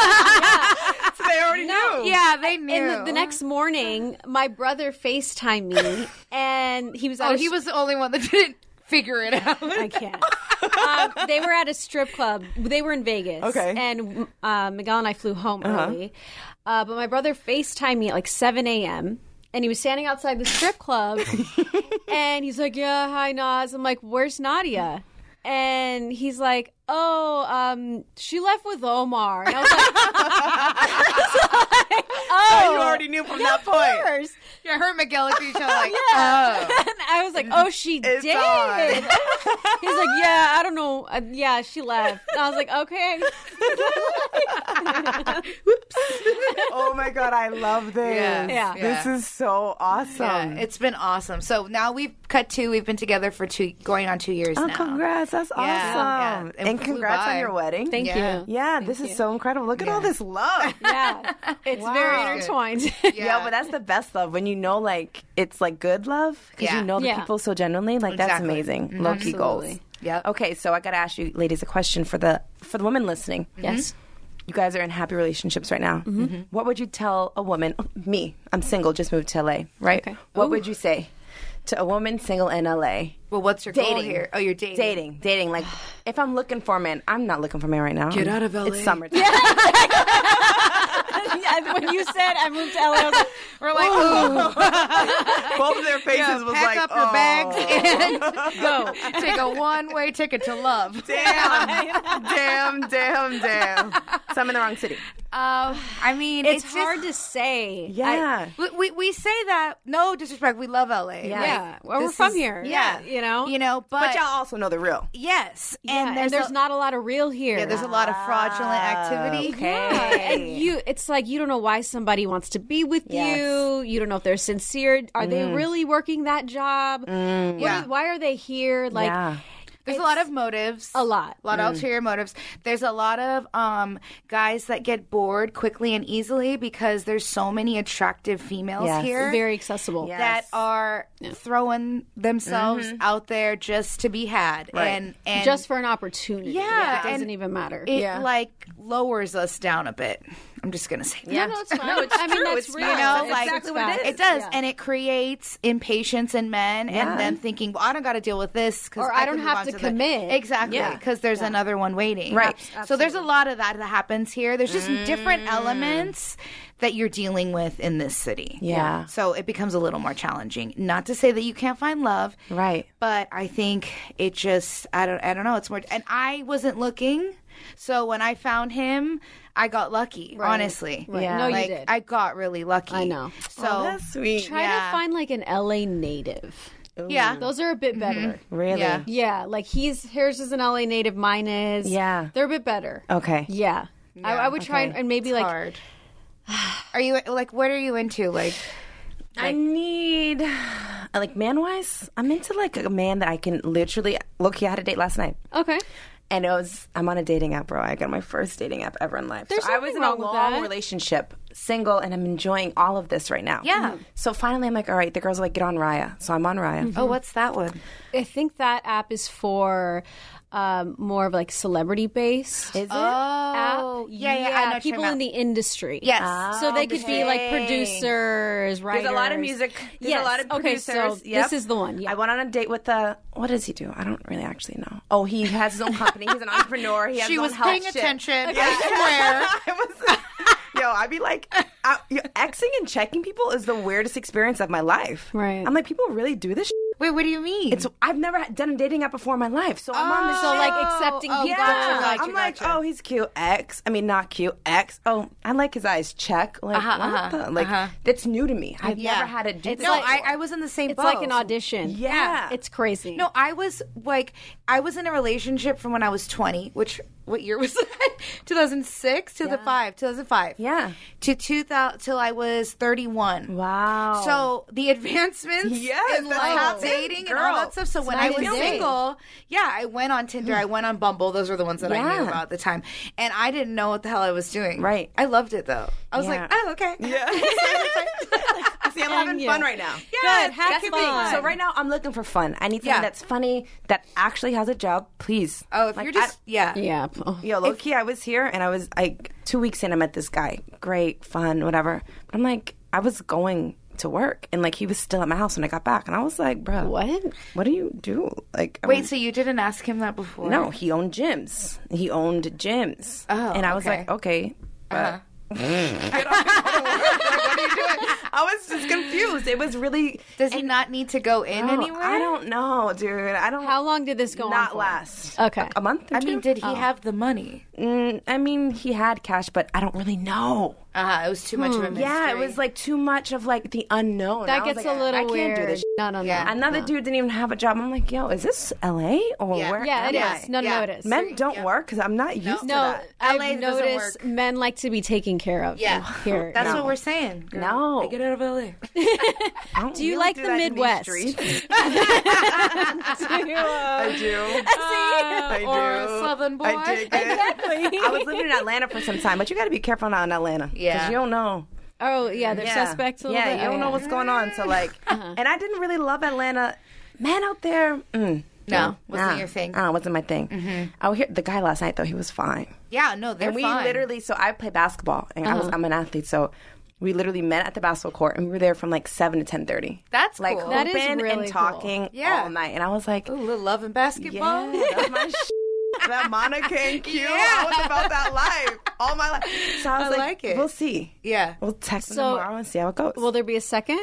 [SPEAKER 8] So they already knew.
[SPEAKER 6] yeah, they knew.
[SPEAKER 5] And the, the next morning, my brother FaceTimed me, and he was out
[SPEAKER 6] oh,
[SPEAKER 5] of
[SPEAKER 6] he was the only one that didn't figure it out.
[SPEAKER 5] I can't. um, they were at a strip club. They were in Vegas.
[SPEAKER 8] Okay.
[SPEAKER 5] And uh, Miguel and I flew home
[SPEAKER 6] Uh-huh.
[SPEAKER 5] early. Uh, but my brother FaceTimed me at like 7 a.m. And he was standing outside the strip club. and he's like, Yeah, hi, Nas. I'm like, Where's Nadia? And he's like, Oh, um, she left with Omar. And I "Oh, was like,
[SPEAKER 8] You already knew from that point.
[SPEAKER 5] First.
[SPEAKER 6] Yeah, her and Miguel looked at each other like, "Oh."
[SPEAKER 5] And I was like, oh, she did. He's like, yeah, I don't know. Uh, yeah, she left. And I was like, okay.
[SPEAKER 8] Oh my god, I love this.
[SPEAKER 6] Yeah. Yeah.
[SPEAKER 8] This
[SPEAKER 6] Yeah.
[SPEAKER 8] is so awesome.
[SPEAKER 6] Yeah, it's been awesome. So now we've cut two. We've been together for two, going on two years
[SPEAKER 8] Oh,
[SPEAKER 6] now.
[SPEAKER 8] congrats. That's
[SPEAKER 6] yeah.
[SPEAKER 8] awesome.
[SPEAKER 6] It
[SPEAKER 8] And
[SPEAKER 6] flew
[SPEAKER 8] congrats
[SPEAKER 6] by.
[SPEAKER 8] on your wedding.
[SPEAKER 5] Thank
[SPEAKER 6] Yeah.
[SPEAKER 5] you.
[SPEAKER 8] Yeah, this is so incredible. Look at all this love. Yeah.
[SPEAKER 5] Yeah. It's very intertwined.
[SPEAKER 6] Yeah.
[SPEAKER 2] but that's the best love when you know like it's like good love because
[SPEAKER 6] Yeah.
[SPEAKER 2] you know the
[SPEAKER 5] Yeah.
[SPEAKER 2] people so genuinely. Like that's
[SPEAKER 6] Exactly.
[SPEAKER 2] amazing. Low key goals.
[SPEAKER 5] Absolutely.
[SPEAKER 6] Yep.
[SPEAKER 2] Okay, so I gotta ask you ladies a question for the for the women listening.
[SPEAKER 5] Yes. Mm-hmm.
[SPEAKER 2] You guys are in happy relationships right now. What would you tell a woman? Me, I'm single, just moved to LA. Right.
[SPEAKER 5] Okay.
[SPEAKER 2] What would you say to a woman single in LA?
[SPEAKER 6] Well, what's your goal
[SPEAKER 2] dating
[SPEAKER 6] here? Oh, you're dating.
[SPEAKER 2] dating, dating. Like, if I'm looking for a man, I'm not looking for a man right now. Get out of LA. It's summertime.
[SPEAKER 5] Yeah, when you said I moved to LA, I was like, "Oh,
[SPEAKER 6] We're like, "Ooh,
[SPEAKER 8] Both of their faces was
[SPEAKER 6] pack
[SPEAKER 8] like,
[SPEAKER 6] up
[SPEAKER 8] oh,
[SPEAKER 6] your bags and go. Take a one-way ticket to love."
[SPEAKER 8] Damn, damn, damn, damn.
[SPEAKER 2] so I'm in the wrong city.
[SPEAKER 6] Um, I mean,
[SPEAKER 5] it's,
[SPEAKER 6] it's, just-
[SPEAKER 5] hard to say.
[SPEAKER 2] Yeah.
[SPEAKER 6] we, we we say that no disrespect. We love LA. Yeah,
[SPEAKER 5] Yeah. Well, we're from here.
[SPEAKER 6] Yeah,
[SPEAKER 5] You know?
[SPEAKER 6] you know, but,
[SPEAKER 2] but y'all also know the real.
[SPEAKER 6] yes,
[SPEAKER 5] Yeah, and there's,
[SPEAKER 6] a,
[SPEAKER 5] not a lot of real here.
[SPEAKER 6] yeah, there's a lot of fraudulent activity.
[SPEAKER 5] Yeah, and you it's like you don't know why somebody wants to be with you you don't know if they're sincere are they
[SPEAKER 6] Mm.
[SPEAKER 5] really working that job What
[SPEAKER 6] Yeah.
[SPEAKER 5] are- why are they here like
[SPEAKER 2] yeah.
[SPEAKER 6] There's a lot of motives.
[SPEAKER 5] a lot
[SPEAKER 6] A lot of ulterior motives. There's a lot of um, guys that get bored quickly and easily because there's so many attractive females
[SPEAKER 2] Yes.
[SPEAKER 6] here.
[SPEAKER 5] very accessible
[SPEAKER 6] that are throwing themselves out there just to be had and and
[SPEAKER 5] Mm-hmm. just for an opportunity
[SPEAKER 6] Yeah,
[SPEAKER 5] Like, it doesn't
[SPEAKER 6] and
[SPEAKER 5] even matter
[SPEAKER 6] it like lowers us down a bit. I'm just gonna say that.
[SPEAKER 5] no no it's fine i mean that's real
[SPEAKER 6] You know,
[SPEAKER 5] That's
[SPEAKER 6] like
[SPEAKER 5] exactly what it is
[SPEAKER 6] It does,
[SPEAKER 5] Yeah.
[SPEAKER 6] and it creates impatience in men, and them thinking, "Well, I don't got to deal with this," cause
[SPEAKER 5] Or I don't
[SPEAKER 6] can move
[SPEAKER 5] have
[SPEAKER 6] on
[SPEAKER 5] to
[SPEAKER 6] the-
[SPEAKER 5] commit.
[SPEAKER 6] exactly
[SPEAKER 5] Yeah.
[SPEAKER 6] because there's another one waiting.
[SPEAKER 2] Right.
[SPEAKER 6] So there's a lot of that that happens here. There's just different elements that you're dealing with in this city.
[SPEAKER 2] Yeah.
[SPEAKER 6] So it becomes a little more challenging. Not to say that you can't find love,
[SPEAKER 2] Right.
[SPEAKER 6] but I think it just I don't I don't know. It's more and I wasn't looking, so when I found him, I got lucky. Honestly,
[SPEAKER 5] Right.
[SPEAKER 2] Yeah.
[SPEAKER 5] no you
[SPEAKER 6] like
[SPEAKER 5] did
[SPEAKER 6] I got really lucky.
[SPEAKER 5] I know.
[SPEAKER 6] So
[SPEAKER 2] Oh, Sweet.
[SPEAKER 5] try
[SPEAKER 6] yeah.
[SPEAKER 5] to find like an la native
[SPEAKER 6] yeah,
[SPEAKER 5] those are a bit better
[SPEAKER 6] Mm-hmm.
[SPEAKER 2] Really?
[SPEAKER 6] yeah.
[SPEAKER 5] yeah like he's hers is an la native mine is
[SPEAKER 2] Yeah.
[SPEAKER 5] they're a bit better
[SPEAKER 2] Okay.
[SPEAKER 5] yeah, I, I would try and, and maybe like
[SPEAKER 6] hard. Are you like what are you into? Like
[SPEAKER 2] I need, uh, like, man wise, I'm into like a man that I can literally look. I had a date last night.
[SPEAKER 5] okay
[SPEAKER 2] And it was I'm on a dating app, bro. I got my first dating app ever in life.
[SPEAKER 5] There's
[SPEAKER 2] so I was
[SPEAKER 5] nothing
[SPEAKER 2] in
[SPEAKER 5] wrong
[SPEAKER 2] a
[SPEAKER 5] with
[SPEAKER 2] long
[SPEAKER 5] that.
[SPEAKER 2] relationship, single, and I'm enjoying all of this right now.
[SPEAKER 6] Yeah. Mhm.
[SPEAKER 2] So finally, I'm like, all right, the girls are like, get on Raya. So I'm on Raya.
[SPEAKER 6] oh, what's that one?
[SPEAKER 5] I think that app is for um, more of like celebrity based. Is it?
[SPEAKER 6] Oh, yeah, yeah, I know what you're
[SPEAKER 5] people
[SPEAKER 6] talking
[SPEAKER 5] in the industry.
[SPEAKER 6] Yes.
[SPEAKER 5] So they could be like producers, writers.
[SPEAKER 2] There's a lot of music. There's
[SPEAKER 5] yes.
[SPEAKER 2] a lot of producers.
[SPEAKER 5] Okay, so
[SPEAKER 2] Yep.
[SPEAKER 5] this is the one. Yeah.
[SPEAKER 2] I went on a date with a. What does he do? I don't really actually know. Oh, he has his own company. He's an entrepreneur. He has
[SPEAKER 6] She
[SPEAKER 2] his
[SPEAKER 6] was
[SPEAKER 2] own health
[SPEAKER 6] paying
[SPEAKER 2] shit.
[SPEAKER 6] attention. I swear.
[SPEAKER 2] Yo, I'd be like, uh, I, yo, Xing and checking people is the weirdest experience of my life.
[SPEAKER 5] Right.
[SPEAKER 2] I'm like, people really do this. Shit?
[SPEAKER 6] Wait, what do you mean?
[SPEAKER 2] It's I've never had- done a dating app before in my life, so I'm on this
[SPEAKER 5] So
[SPEAKER 2] shit.
[SPEAKER 5] like accepting
[SPEAKER 8] oh,
[SPEAKER 5] people.
[SPEAKER 8] gotcha, gotcha,
[SPEAKER 2] I'm like,
[SPEAKER 8] gotcha.
[SPEAKER 2] oh, he's cute. X. I mean, not cute. X. Oh, I like his eyes. Check. Like, what the? Like, that's new to me. I've never had it. do
[SPEAKER 5] It's
[SPEAKER 2] that
[SPEAKER 6] no,
[SPEAKER 5] like-
[SPEAKER 2] before.
[SPEAKER 6] I, I was in the same
[SPEAKER 5] It's
[SPEAKER 6] boat.
[SPEAKER 5] like an audition.
[SPEAKER 2] yeah.
[SPEAKER 5] It's crazy.
[SPEAKER 6] No, I was like, I was in a relationship from when I was 20, which, what year was that? 2006 to the 5, 2005.
[SPEAKER 2] Yeah.
[SPEAKER 6] To 2000, till I was 31.
[SPEAKER 2] Wow.
[SPEAKER 6] So the advancements
[SPEAKER 8] Yes,
[SPEAKER 6] in
[SPEAKER 8] that's
[SPEAKER 6] like
[SPEAKER 8] happened.
[SPEAKER 6] dating and all
[SPEAKER 8] Girl.
[SPEAKER 6] that stuff. So when I was single, yeah, I went on Tinder, I went on Bumble. Those were the ones that I knew
[SPEAKER 2] Yeah.
[SPEAKER 6] about at the time. And I didn't know what the hell I was doing.
[SPEAKER 2] Right.
[SPEAKER 6] I loved it though. I was
[SPEAKER 2] Yeah.
[SPEAKER 6] like, oh, okay.
[SPEAKER 8] See, I'm having fun right now.
[SPEAKER 6] Yeah,
[SPEAKER 5] Good, have
[SPEAKER 6] that's the
[SPEAKER 5] fun.
[SPEAKER 6] thing.
[SPEAKER 2] So right now I'm looking for fun. I need something
[SPEAKER 6] Yeah.
[SPEAKER 2] that's funny, that actually has a job, please.
[SPEAKER 6] Oh, if
[SPEAKER 2] Like,
[SPEAKER 6] you're just,
[SPEAKER 2] I-
[SPEAKER 6] yeah.
[SPEAKER 5] yeah. Oh.
[SPEAKER 2] yo, low key, I was here and I was like two weeks in, I met this guy. Great, fun, whatever. But I'm like, I was going to work and like he was still at my house when I got back, and I was like, bro,
[SPEAKER 5] What?
[SPEAKER 2] What do you do? Like, I
[SPEAKER 6] Wait,
[SPEAKER 2] mean-
[SPEAKER 6] so you didn't ask him that before?
[SPEAKER 2] No, he owned gyms. He owned gyms.
[SPEAKER 6] Oh,
[SPEAKER 2] and I was
[SPEAKER 6] okay. Uh-huh.
[SPEAKER 2] like, okay. but-
[SPEAKER 8] what are you doing?
[SPEAKER 2] I was just confused. It was really.
[SPEAKER 6] Does he not need to go in
[SPEAKER 2] Oh,
[SPEAKER 6] anywhere?
[SPEAKER 2] I don't know, dude. I don't.
[SPEAKER 5] How long did this go on
[SPEAKER 2] Not
[SPEAKER 5] for?
[SPEAKER 2] last.
[SPEAKER 5] Okay.
[SPEAKER 2] A, a month. Or
[SPEAKER 6] I mean,
[SPEAKER 2] two? Oh.
[SPEAKER 6] did he have the money?
[SPEAKER 2] Mm, I mean, he had cash, but I don't really know.
[SPEAKER 6] Uh, it was too much of a mystery.
[SPEAKER 2] Hmm. Yeah, it was like too much of like the unknown. I
[SPEAKER 5] That
[SPEAKER 2] was
[SPEAKER 5] gets
[SPEAKER 2] like,
[SPEAKER 5] a little
[SPEAKER 2] I can't
[SPEAKER 5] weird.
[SPEAKER 2] do this.
[SPEAKER 5] No, no, no.
[SPEAKER 6] Yeah.
[SPEAKER 2] Another dude didn't even have a job. I'm like, yo, is this L.A. or where?
[SPEAKER 5] Yeah, it
[SPEAKER 2] am I?
[SPEAKER 5] is. No, no,
[SPEAKER 6] Yeah.
[SPEAKER 5] no, it is.
[SPEAKER 2] Men don't 'work work because I'm not used to
[SPEAKER 5] no,
[SPEAKER 2] that.
[SPEAKER 5] I've
[SPEAKER 6] LA doesn't
[SPEAKER 5] noticed
[SPEAKER 6] work.
[SPEAKER 5] men like to be taken care of.
[SPEAKER 6] Yeah.
[SPEAKER 5] Here.
[SPEAKER 6] That's
[SPEAKER 5] No.
[SPEAKER 6] what we're saying. girl.
[SPEAKER 2] No.
[SPEAKER 6] Hey, get out of LA.
[SPEAKER 2] I don't
[SPEAKER 5] Do you
[SPEAKER 2] really
[SPEAKER 5] like
[SPEAKER 2] do
[SPEAKER 5] the
[SPEAKER 2] that in these
[SPEAKER 5] Midwest?
[SPEAKER 2] streets.
[SPEAKER 8] I do. I do.
[SPEAKER 5] or Southern boy.
[SPEAKER 8] I dig it.
[SPEAKER 2] I was living in Atlanta for some time, but you got to be careful now in Atlanta.
[SPEAKER 6] Yeah.
[SPEAKER 2] Because you don't know.
[SPEAKER 5] Oh yeah, they're suspects a little
[SPEAKER 2] yeah,
[SPEAKER 5] bit.
[SPEAKER 2] you don't
[SPEAKER 5] Oh,
[SPEAKER 2] know what's going on. So like,
[SPEAKER 6] Uh-huh.
[SPEAKER 2] and I didn't really love Atlanta. Man out there, mm,
[SPEAKER 6] No, wasn't
[SPEAKER 2] nah.
[SPEAKER 6] your thing.
[SPEAKER 2] Uh, wasn't my thing. I would hear the guy last night though. He was fine.
[SPEAKER 6] yeah, no, they're
[SPEAKER 2] and we
[SPEAKER 6] fine. Uh-huh.
[SPEAKER 2] literally. So I play basketball, and I was I'm an athlete, so. We literally met at the basketball court, and we were there from like seven to ten thirty.
[SPEAKER 6] That's
[SPEAKER 2] like
[SPEAKER 6] cool.
[SPEAKER 5] That is
[SPEAKER 2] hooping
[SPEAKER 5] really
[SPEAKER 2] and
[SPEAKER 5] cool.
[SPEAKER 2] talking
[SPEAKER 6] Yeah.
[SPEAKER 2] all night, and I was like,
[SPEAKER 6] Ooh, little love and basketball.
[SPEAKER 2] "Yeah, that's my shit."
[SPEAKER 8] that Monica and Q. I was about that life all my life.
[SPEAKER 2] So I was
[SPEAKER 6] I
[SPEAKER 2] like,
[SPEAKER 6] like it.
[SPEAKER 2] "We'll see.
[SPEAKER 6] Yeah.
[SPEAKER 2] we'll text him
[SPEAKER 5] So-
[SPEAKER 2] tomorrow and see how it goes."
[SPEAKER 5] Will there be a second?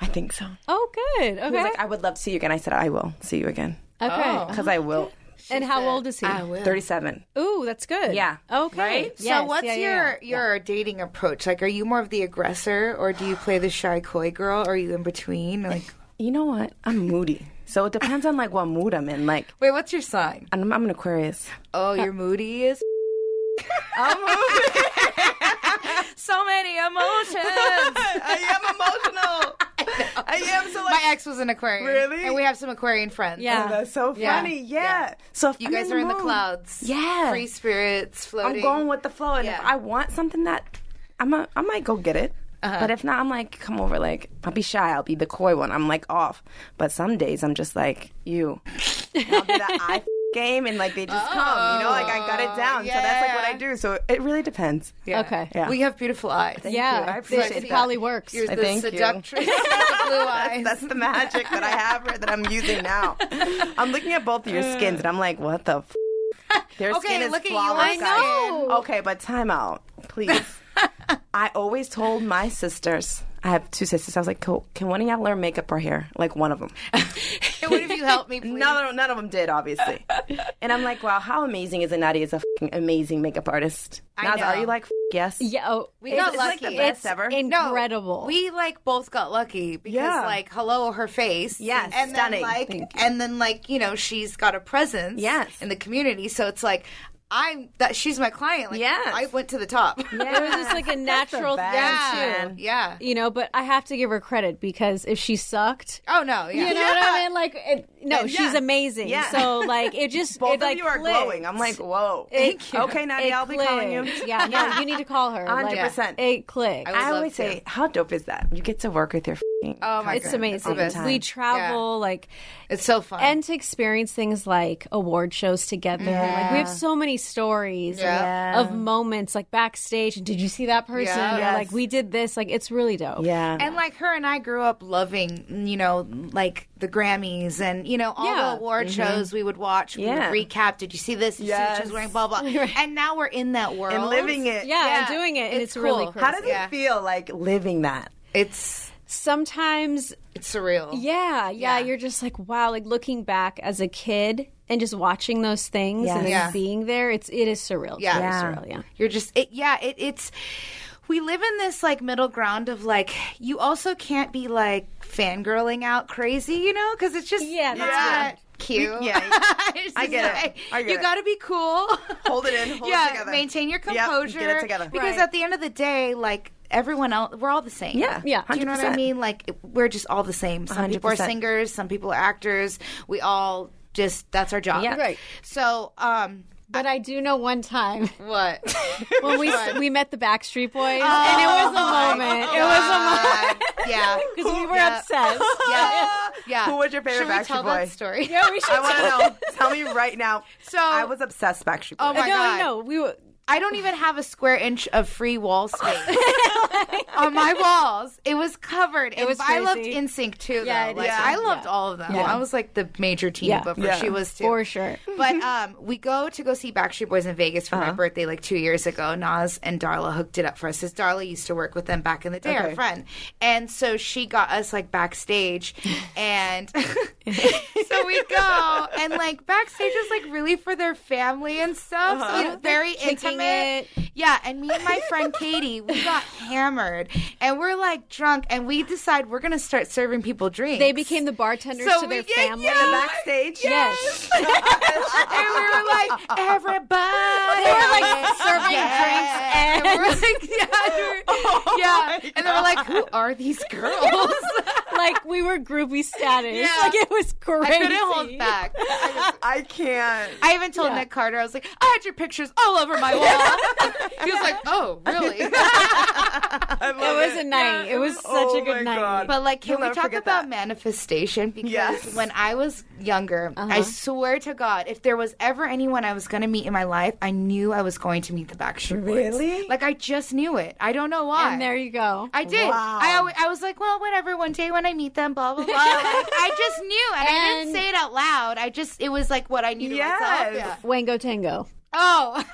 [SPEAKER 2] I think so.
[SPEAKER 5] Oh, good.
[SPEAKER 2] He was
[SPEAKER 5] Okay.
[SPEAKER 2] like, "I would love to see you again." I said, "I will see you again."
[SPEAKER 6] Oh.
[SPEAKER 5] okay.
[SPEAKER 2] Because I will.
[SPEAKER 5] and how old is he?
[SPEAKER 6] will.
[SPEAKER 2] 37.
[SPEAKER 5] Ooh, that's good.
[SPEAKER 2] Yeah.
[SPEAKER 5] Okay.
[SPEAKER 2] Right?
[SPEAKER 6] So
[SPEAKER 5] Yes,
[SPEAKER 6] what's
[SPEAKER 5] yeah, yeah, yeah.
[SPEAKER 6] your your dating approach? Like, are you more of the aggressor, or do you play the shy coy girl? Or are you in between? Like,
[SPEAKER 2] You know what? I'm moody. So it depends on like what mood I'm in. Like,
[SPEAKER 6] wait, what's your sign?
[SPEAKER 2] I'm, I'm an Aquarius.
[SPEAKER 6] Oh, your moody is. I'm so many emotions.
[SPEAKER 8] I am emotional. I am so like.
[SPEAKER 6] My ex was an Aquarian.
[SPEAKER 8] Really?
[SPEAKER 6] And we have some Aquarian friends.
[SPEAKER 5] Yeah.
[SPEAKER 2] Oh, That's so
[SPEAKER 6] Yeah.
[SPEAKER 2] funny. Yeah. So if
[SPEAKER 6] You
[SPEAKER 2] I'm
[SPEAKER 6] guys are in the
[SPEAKER 2] mood,
[SPEAKER 6] clouds.
[SPEAKER 2] Yeah.
[SPEAKER 6] Free spirits floating.
[SPEAKER 2] I'm going with the flow. And
[SPEAKER 6] Yeah.
[SPEAKER 2] if I want something that I'm a, I might go get it.
[SPEAKER 6] Uh-huh.
[SPEAKER 2] But if not, I'm like, come over. Like, I'll be shy. I'll be the coy one. I'm like off. But some days I'm just like, you. And I'll do that I game and like they just come. You know, like I got it down. So that's like what I
[SPEAKER 6] Oh, yeah.
[SPEAKER 2] do. So it really depends.
[SPEAKER 6] Yeah.
[SPEAKER 5] Okay.
[SPEAKER 2] Yeah.
[SPEAKER 6] We have beautiful eyes.
[SPEAKER 5] yeah.
[SPEAKER 2] you. I
[SPEAKER 5] this-
[SPEAKER 2] appreciate
[SPEAKER 5] It
[SPEAKER 2] that.
[SPEAKER 5] probably works.
[SPEAKER 6] You're the
[SPEAKER 2] Thank you.
[SPEAKER 6] seductress with the blue eyes.
[SPEAKER 2] That's the magic that I have her that I'm using now. I'm looking at both of your skins and I'm like, what the f-? Their
[SPEAKER 6] Okay,
[SPEAKER 2] skin is
[SPEAKER 6] look at you.
[SPEAKER 2] flawless.
[SPEAKER 6] I know.
[SPEAKER 2] guys. Okay, but time out, please. I always told my sisters, I have two sisters. I was like, cool. Can one of y'all learn makeup or hair? Like one of them.
[SPEAKER 6] Can one of you help me, please?
[SPEAKER 2] None of, none of them did, obviously. and I'm like, wow, how amazing is Nadia is a fucking amazing makeup artist.
[SPEAKER 6] I
[SPEAKER 2] Naz, are
[SPEAKER 6] know.
[SPEAKER 2] you like, f- yes?
[SPEAKER 5] yeah. Oh,
[SPEAKER 6] We got
[SPEAKER 2] It's
[SPEAKER 6] lucky.
[SPEAKER 2] like the best
[SPEAKER 5] it's
[SPEAKER 2] ever.
[SPEAKER 5] incredible.
[SPEAKER 6] We like both got lucky because
[SPEAKER 2] Yeah.
[SPEAKER 6] like hello her face.
[SPEAKER 2] Yes,
[SPEAKER 6] And
[SPEAKER 2] stunning.
[SPEAKER 6] then like
[SPEAKER 2] Thank
[SPEAKER 6] and then like, you know, she's got a presence
[SPEAKER 2] Yes.
[SPEAKER 6] in the community. So it's like I'm that she's my client. Like
[SPEAKER 2] Yes.
[SPEAKER 6] I went to the top.
[SPEAKER 5] it was just like a natural thing
[SPEAKER 2] best,
[SPEAKER 5] too.
[SPEAKER 2] man.
[SPEAKER 6] yeah.
[SPEAKER 5] You know, but I have to give her credit because if she sucked,
[SPEAKER 6] Oh no, yeah.
[SPEAKER 5] You know what I mean? Like, it, no, she's amazing.
[SPEAKER 2] Yeah.
[SPEAKER 5] So, like, it just
[SPEAKER 2] Both
[SPEAKER 5] it,
[SPEAKER 2] of
[SPEAKER 5] like,
[SPEAKER 2] you are
[SPEAKER 5] clicked.
[SPEAKER 2] glowing. I'm like, whoa.
[SPEAKER 5] Thank you.
[SPEAKER 2] Okay, Nadia,
[SPEAKER 5] It
[SPEAKER 2] I'll be calling you.
[SPEAKER 5] clicked. Yeah, no, you need to call her. Like,
[SPEAKER 2] 100%.
[SPEAKER 5] it clicked.
[SPEAKER 6] would
[SPEAKER 2] I
[SPEAKER 6] love
[SPEAKER 2] always
[SPEAKER 6] to.
[SPEAKER 2] say, how dope is that? You get to work with your fing
[SPEAKER 6] Oh my
[SPEAKER 5] it's
[SPEAKER 6] God.
[SPEAKER 5] amazing.
[SPEAKER 6] It's, the best.
[SPEAKER 5] We travel like,
[SPEAKER 6] It's so fun.
[SPEAKER 5] and to experience things like award shows together. Like we have so many stories
[SPEAKER 6] Yeah.
[SPEAKER 5] of moments like backstage. And did you see that person?
[SPEAKER 6] Yeah.
[SPEAKER 5] Or,
[SPEAKER 2] Yes.
[SPEAKER 5] Like we did this. Like it's really dope.
[SPEAKER 2] Yeah.
[SPEAKER 6] And like her and I grew up loving, you know, like the Grammys and you know all
[SPEAKER 5] Yeah.
[SPEAKER 6] the award shows we would watch.
[SPEAKER 2] Yeah.
[SPEAKER 6] We would recap. Did you see this? Did you see what she was wearing? Blah blah. And now we're in that world
[SPEAKER 2] and living it.
[SPEAKER 5] Yeah, and
[SPEAKER 6] Yeah.
[SPEAKER 5] doing it, and it's,
[SPEAKER 6] It's
[SPEAKER 5] really
[SPEAKER 6] cool.
[SPEAKER 5] crazy.
[SPEAKER 2] How does
[SPEAKER 6] Yeah.
[SPEAKER 2] it feel like living that?
[SPEAKER 6] It's
[SPEAKER 5] sometimes
[SPEAKER 6] It's surreal.
[SPEAKER 5] yeah, yeah, you're just like, wow, like looking back as a kid and just watching those things and then
[SPEAKER 6] Yeah.
[SPEAKER 5] being there, it's it is surreal.
[SPEAKER 6] Yeah.
[SPEAKER 5] It is
[SPEAKER 6] Yeah.
[SPEAKER 5] surreal, yeah.
[SPEAKER 6] You're just it, yeah, it, it's we live in this like middle ground of like you also can't be like fangirling out crazy, you know, because it's just
[SPEAKER 5] Yeah,
[SPEAKER 6] not
[SPEAKER 5] that's
[SPEAKER 6] cute.
[SPEAKER 8] Yeah.
[SPEAKER 6] It's
[SPEAKER 8] I
[SPEAKER 6] just
[SPEAKER 8] get it.
[SPEAKER 6] like,
[SPEAKER 8] I get
[SPEAKER 6] you
[SPEAKER 8] it.
[SPEAKER 6] got to be cool.
[SPEAKER 8] Hold it in, hold it
[SPEAKER 6] yeah,
[SPEAKER 8] together.
[SPEAKER 6] maintain your
[SPEAKER 8] Yep, get it
[SPEAKER 6] composure.
[SPEAKER 8] together.
[SPEAKER 6] Because
[SPEAKER 5] Right.
[SPEAKER 6] at the end of the day, like everyone else, we're all the same.
[SPEAKER 2] Yeah,
[SPEAKER 5] Yeah.
[SPEAKER 6] Do you know what I
[SPEAKER 2] 100%.
[SPEAKER 6] mean? Like we're just all the same. Some people are
[SPEAKER 2] 100%.
[SPEAKER 6] singers, some people are actors. We all just that's our job.
[SPEAKER 2] Yeah. Right.
[SPEAKER 6] So, um,
[SPEAKER 5] But I do know one time
[SPEAKER 6] what?
[SPEAKER 5] when we we met the Backstreet Boys,
[SPEAKER 6] Oh.
[SPEAKER 5] and it was a moment. It was a moment
[SPEAKER 6] yeah.
[SPEAKER 5] because we were
[SPEAKER 6] Yeah. Oh
[SPEAKER 5] obsessed.
[SPEAKER 6] Yeah. yeah.
[SPEAKER 8] Who was your favorite
[SPEAKER 6] Should we
[SPEAKER 8] Backstreet
[SPEAKER 6] tell
[SPEAKER 8] Boy?
[SPEAKER 6] That story.
[SPEAKER 5] Yeah, we should.
[SPEAKER 8] I want to know. Tell me right now.
[SPEAKER 6] So-
[SPEAKER 8] I was obsessed Backstreet Boys.
[SPEAKER 6] Oh my
[SPEAKER 5] no,
[SPEAKER 6] god.
[SPEAKER 5] no, we were.
[SPEAKER 6] I don't even have a square inch of free wall space on my walls. It was covered. It
[SPEAKER 5] was
[SPEAKER 6] I loved
[SPEAKER 5] crazy.
[SPEAKER 6] InSync too.
[SPEAKER 5] Yeah,
[SPEAKER 6] though.
[SPEAKER 5] it
[SPEAKER 6] Like,
[SPEAKER 5] is.
[SPEAKER 6] I loved all of them. I was like the major team
[SPEAKER 5] Yeah.
[SPEAKER 6] booker.
[SPEAKER 8] Yeah.
[SPEAKER 6] She was too.
[SPEAKER 5] For sure.
[SPEAKER 6] But um, we go to go see Backstreet Boys in Vegas
[SPEAKER 5] Uh-huh.
[SPEAKER 6] for my birthday like two years ago. Nas and Darla hooked it up for us. Because Darla used to work with them back in the day, our friend. And so she got us like backstage. And so we go. And like backstage was like really for their family and stuff. So it's very
[SPEAKER 5] Uh-huh. kicking
[SPEAKER 6] intimate.
[SPEAKER 5] it.
[SPEAKER 6] Yeah. And me and my friend Katie, we got hammered. And we're like drunk. And we decide we're going to start serving people drinks.
[SPEAKER 5] They became the bartenders
[SPEAKER 6] So
[SPEAKER 5] to
[SPEAKER 6] we
[SPEAKER 5] their
[SPEAKER 6] get-
[SPEAKER 5] family.
[SPEAKER 6] yeah.
[SPEAKER 8] Backstage.
[SPEAKER 5] Yes.
[SPEAKER 6] and we were like, everybody.
[SPEAKER 5] They were like serving drinks
[SPEAKER 6] Yeah.
[SPEAKER 5] and,
[SPEAKER 6] And we're like, yeah, we were- yeah. And they were like, who are these girls?
[SPEAKER 5] like we were groovy status.
[SPEAKER 6] Yeah.
[SPEAKER 5] Like it was crazy.
[SPEAKER 6] I couldn't hold back.
[SPEAKER 8] I can't.
[SPEAKER 6] I even told Nick Carter, I was like, I had your pictures all over my wall. he was like, oh, really?
[SPEAKER 8] I love
[SPEAKER 5] It was a night. it was such
[SPEAKER 8] oh
[SPEAKER 5] a good
[SPEAKER 8] my
[SPEAKER 5] night.
[SPEAKER 8] God.
[SPEAKER 6] But like, can
[SPEAKER 8] You'll
[SPEAKER 6] we
[SPEAKER 8] never
[SPEAKER 6] talk
[SPEAKER 8] forget
[SPEAKER 6] about
[SPEAKER 8] that.
[SPEAKER 6] manifestation? Because
[SPEAKER 8] Yes.
[SPEAKER 6] when I was younger,
[SPEAKER 5] Uh-huh.
[SPEAKER 6] I swear to God, if there was ever anyone I was going to meet in my life, I knew I was going to meet the Backstreet Boys.
[SPEAKER 8] Really?
[SPEAKER 6] Like, I just knew it. I don't know why.
[SPEAKER 5] And there you go.
[SPEAKER 6] I did. I always, I was like, well, whatever. One day when I meet them, blah blah blah. Like, I just knew, and, I didn't
[SPEAKER 5] And-
[SPEAKER 6] say it out loud. I just it was like what I knew to myself.
[SPEAKER 8] Yes.
[SPEAKER 5] Wango Tango.
[SPEAKER 6] Oh,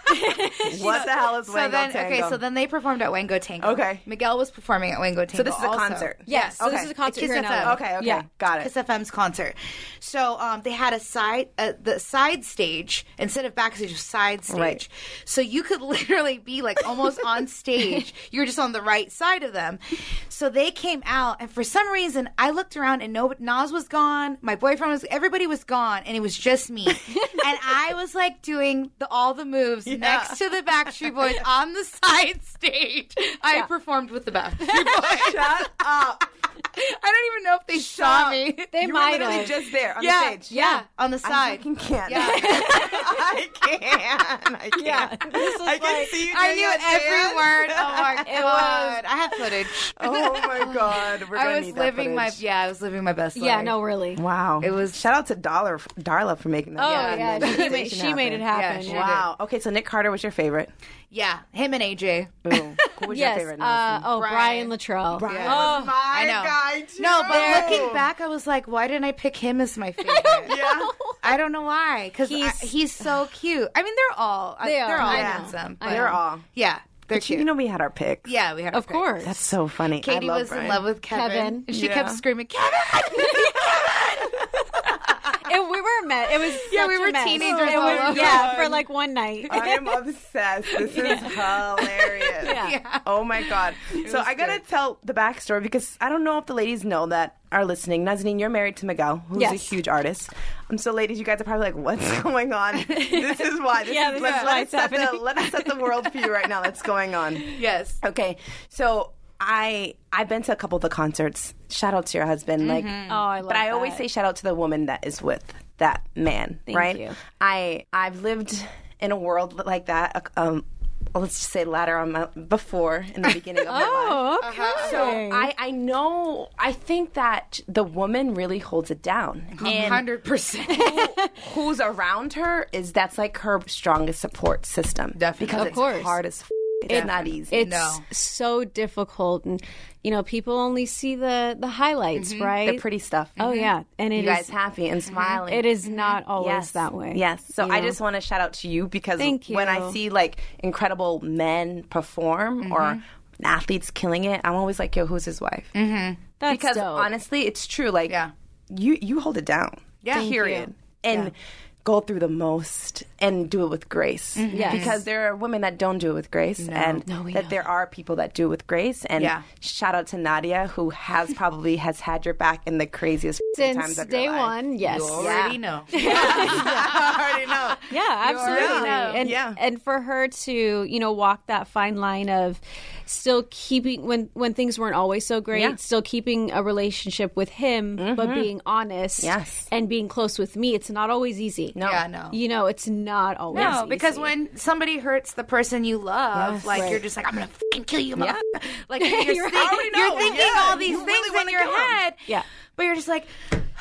[SPEAKER 8] What the hell is
[SPEAKER 6] so
[SPEAKER 8] Wango
[SPEAKER 6] then
[SPEAKER 8] Tango?
[SPEAKER 6] okay, so then they performed at Wango Tango.
[SPEAKER 8] Okay.
[SPEAKER 6] Miguel was performing at Wango Tango.
[SPEAKER 8] So this is a
[SPEAKER 6] also.
[SPEAKER 8] concert.
[SPEAKER 5] Yes. So
[SPEAKER 8] Okay.
[SPEAKER 5] this is a concert
[SPEAKER 6] Kiss
[SPEAKER 5] here in
[SPEAKER 6] FM.
[SPEAKER 5] LA.
[SPEAKER 8] Okay. Okay.
[SPEAKER 5] Yeah.
[SPEAKER 8] Got it.
[SPEAKER 6] Kiss FM's concert. So um, they had a side, uh, the side stage instead of backstage, it was side stage.
[SPEAKER 2] Right.
[SPEAKER 6] So you could literally be like almost on stage. You're just on the right side of them. So they came out, and for some reason, I looked around and no, Nas was gone. My boyfriend was, everybody was gone, and it was just me. and I was like doing the, all the moves next to the Backstreet Boys on the side stage. I performed with the Backstreet Boys.
[SPEAKER 8] Shut up.
[SPEAKER 6] I don't even know if they saw
[SPEAKER 8] up.
[SPEAKER 6] me.
[SPEAKER 5] They
[SPEAKER 8] You were
[SPEAKER 5] might
[SPEAKER 8] literally
[SPEAKER 5] have.
[SPEAKER 8] just there on
[SPEAKER 6] yeah,
[SPEAKER 8] the stage.
[SPEAKER 6] Yeah, on the
[SPEAKER 8] I
[SPEAKER 6] side.
[SPEAKER 8] fucking can't.
[SPEAKER 6] Yeah.
[SPEAKER 8] I can't. I can't.
[SPEAKER 5] Yeah. This was
[SPEAKER 8] I can
[SPEAKER 5] like-
[SPEAKER 8] see you.
[SPEAKER 6] I
[SPEAKER 8] doing
[SPEAKER 6] knew
[SPEAKER 8] that dance.
[SPEAKER 6] every word. Oh my
[SPEAKER 5] It
[SPEAKER 6] god! I have footage.
[SPEAKER 8] Oh my god. We're gonna
[SPEAKER 6] I was
[SPEAKER 8] need that
[SPEAKER 6] living my
[SPEAKER 8] footage.
[SPEAKER 6] yeah. I was living my best.
[SPEAKER 5] Yeah,
[SPEAKER 6] life.
[SPEAKER 5] no, really.
[SPEAKER 2] Wow.
[SPEAKER 6] It was-
[SPEAKER 2] shout out to Dollar Darla for making that.
[SPEAKER 5] Oh
[SPEAKER 2] happen.
[SPEAKER 5] yeah,
[SPEAKER 2] That
[SPEAKER 5] she, made,
[SPEAKER 2] station
[SPEAKER 5] she made it
[SPEAKER 6] Yeah,
[SPEAKER 5] happen.
[SPEAKER 6] she
[SPEAKER 5] Yeah.
[SPEAKER 6] did.
[SPEAKER 2] Wow. Okay, so Nick Carter was your favorite.
[SPEAKER 6] Yeah, him and AJ.
[SPEAKER 2] Boom. Who was your
[SPEAKER 5] Yes.
[SPEAKER 2] favorite?
[SPEAKER 5] Uh,
[SPEAKER 2] Nelson?
[SPEAKER 5] oh,
[SPEAKER 6] Brian.
[SPEAKER 5] Brian, Latrell.
[SPEAKER 2] Brian.
[SPEAKER 5] Oh,
[SPEAKER 8] My
[SPEAKER 6] I know.
[SPEAKER 8] guy, too.
[SPEAKER 6] No, but looking back, I was like, why didn't Oh. I pick him as my favorite?
[SPEAKER 8] Yeah.
[SPEAKER 6] I don't know why. Because he's,
[SPEAKER 5] He's-
[SPEAKER 6] so cute. I mean, they're all uh,
[SPEAKER 5] They
[SPEAKER 6] They're
[SPEAKER 5] are.
[SPEAKER 6] all
[SPEAKER 5] I know.
[SPEAKER 6] handsome.
[SPEAKER 5] I
[SPEAKER 6] but-
[SPEAKER 2] They're all.
[SPEAKER 6] Yeah, they're
[SPEAKER 2] But you,
[SPEAKER 6] cute.
[SPEAKER 2] you know we had our picks.
[SPEAKER 6] yeah, we had.
[SPEAKER 5] of course.
[SPEAKER 2] That's so funny.
[SPEAKER 6] Katie
[SPEAKER 2] I love
[SPEAKER 6] was
[SPEAKER 2] Brian.
[SPEAKER 6] in love with Kevin.
[SPEAKER 5] Kevin.
[SPEAKER 6] She
[SPEAKER 2] Yeah.
[SPEAKER 6] kept screaming, Kevin.
[SPEAKER 5] and we were met. It was
[SPEAKER 6] Yeah,
[SPEAKER 5] such
[SPEAKER 6] we
[SPEAKER 5] a
[SPEAKER 6] were
[SPEAKER 5] mess.
[SPEAKER 6] teenagers
[SPEAKER 5] It
[SPEAKER 6] all
[SPEAKER 5] was-
[SPEAKER 6] over.
[SPEAKER 5] yeah, for like one night.
[SPEAKER 8] I am obsessed. This is hilarious.
[SPEAKER 5] Yeah.
[SPEAKER 2] Oh my god. so I gotta tell the backstory because I don't know if the ladies know that are listening. Nazanin, you're married to Miguel, who's a
[SPEAKER 5] Yes.
[SPEAKER 2] huge artist. Um, so ladies, you guys are probably like, what's going on? This is why. This
[SPEAKER 5] Yeah,
[SPEAKER 2] is,
[SPEAKER 5] this
[SPEAKER 2] let,
[SPEAKER 5] is
[SPEAKER 2] let
[SPEAKER 5] why
[SPEAKER 2] us
[SPEAKER 5] it's
[SPEAKER 2] set the,
[SPEAKER 5] happening.
[SPEAKER 2] let us set the world for you right now. That's going on.
[SPEAKER 6] yes.
[SPEAKER 2] Okay. So I I've been to a couple of the concerts. Shout out to your husband. Like
[SPEAKER 5] Oh, I love
[SPEAKER 2] but I always
[SPEAKER 5] that.
[SPEAKER 2] say shout out to the woman that is with that man,
[SPEAKER 5] Thank
[SPEAKER 2] right?
[SPEAKER 5] you.
[SPEAKER 2] I I've lived in a world like that. uh, Um, let's just say latter on my before in the beginning of my life.
[SPEAKER 5] Oh, okay.
[SPEAKER 2] So I, I know I think that the woman really holds it down, and
[SPEAKER 6] 100%.
[SPEAKER 2] who's around her is that's like her strongest support system.
[SPEAKER 6] Definitely.
[SPEAKER 2] because
[SPEAKER 6] Of
[SPEAKER 2] it's
[SPEAKER 5] course.
[SPEAKER 2] hard as f- it's not easy.
[SPEAKER 5] it's
[SPEAKER 6] No.
[SPEAKER 5] so difficult, and you know, people only see the the highlights, right?
[SPEAKER 2] the Mm-hmm. pretty stuff.
[SPEAKER 5] Oh yeah, and it is
[SPEAKER 2] you guys happy and smiling.
[SPEAKER 5] it is not always
[SPEAKER 2] yes
[SPEAKER 5] that way.
[SPEAKER 2] Yes. So
[SPEAKER 5] you
[SPEAKER 2] I
[SPEAKER 5] know?
[SPEAKER 2] just want to shout out to you because
[SPEAKER 5] Thank
[SPEAKER 2] when I
[SPEAKER 5] you.
[SPEAKER 2] see like incredible men perform or athletes killing it, I'm always like, yo, who's his wife? Mm-hmm.
[SPEAKER 5] That's
[SPEAKER 2] because
[SPEAKER 5] dope.
[SPEAKER 2] honestly, it's true. Like
[SPEAKER 6] Yeah.
[SPEAKER 2] you you hold it down.
[SPEAKER 6] Yeah. Thank
[SPEAKER 2] period.
[SPEAKER 5] you.
[SPEAKER 2] And go through the most and do it with grace.
[SPEAKER 5] Mm-hmm. Yes.
[SPEAKER 2] Because there are women that don't do it with grace and
[SPEAKER 5] No, we
[SPEAKER 2] that
[SPEAKER 5] know
[SPEAKER 2] there are people that do it with grace. And
[SPEAKER 6] Yeah.
[SPEAKER 2] shout out to Nadia who has probably has had your back in the craziest times
[SPEAKER 5] Since
[SPEAKER 2] of your
[SPEAKER 5] day
[SPEAKER 2] life.
[SPEAKER 5] one, yes.
[SPEAKER 6] Already know. I already know.
[SPEAKER 5] Yeah, absolutely.
[SPEAKER 6] Yeah.
[SPEAKER 5] And
[SPEAKER 8] Yeah.
[SPEAKER 5] and for her to, you know, walk that fine line of still keeping when when things weren't always so great, still keeping a relationship with him
[SPEAKER 6] Mm-hmm.
[SPEAKER 5] but being honest
[SPEAKER 2] Yes.
[SPEAKER 5] and being close with me, it's not always easy. No.
[SPEAKER 6] Yeah, no.
[SPEAKER 5] You know, it's not always
[SPEAKER 6] No, because
[SPEAKER 5] easy.
[SPEAKER 6] when somebody hurts the person you love, like you're just like, I'm gonna fucking kill you, motherfucker. Like you're, think-
[SPEAKER 8] already
[SPEAKER 6] you're
[SPEAKER 8] know,
[SPEAKER 6] thinking
[SPEAKER 8] yeah.
[SPEAKER 6] all these
[SPEAKER 8] You really
[SPEAKER 6] things in
[SPEAKER 8] wanna
[SPEAKER 6] your
[SPEAKER 8] kill 'em.
[SPEAKER 6] head.
[SPEAKER 5] Yeah.
[SPEAKER 6] But you're just like,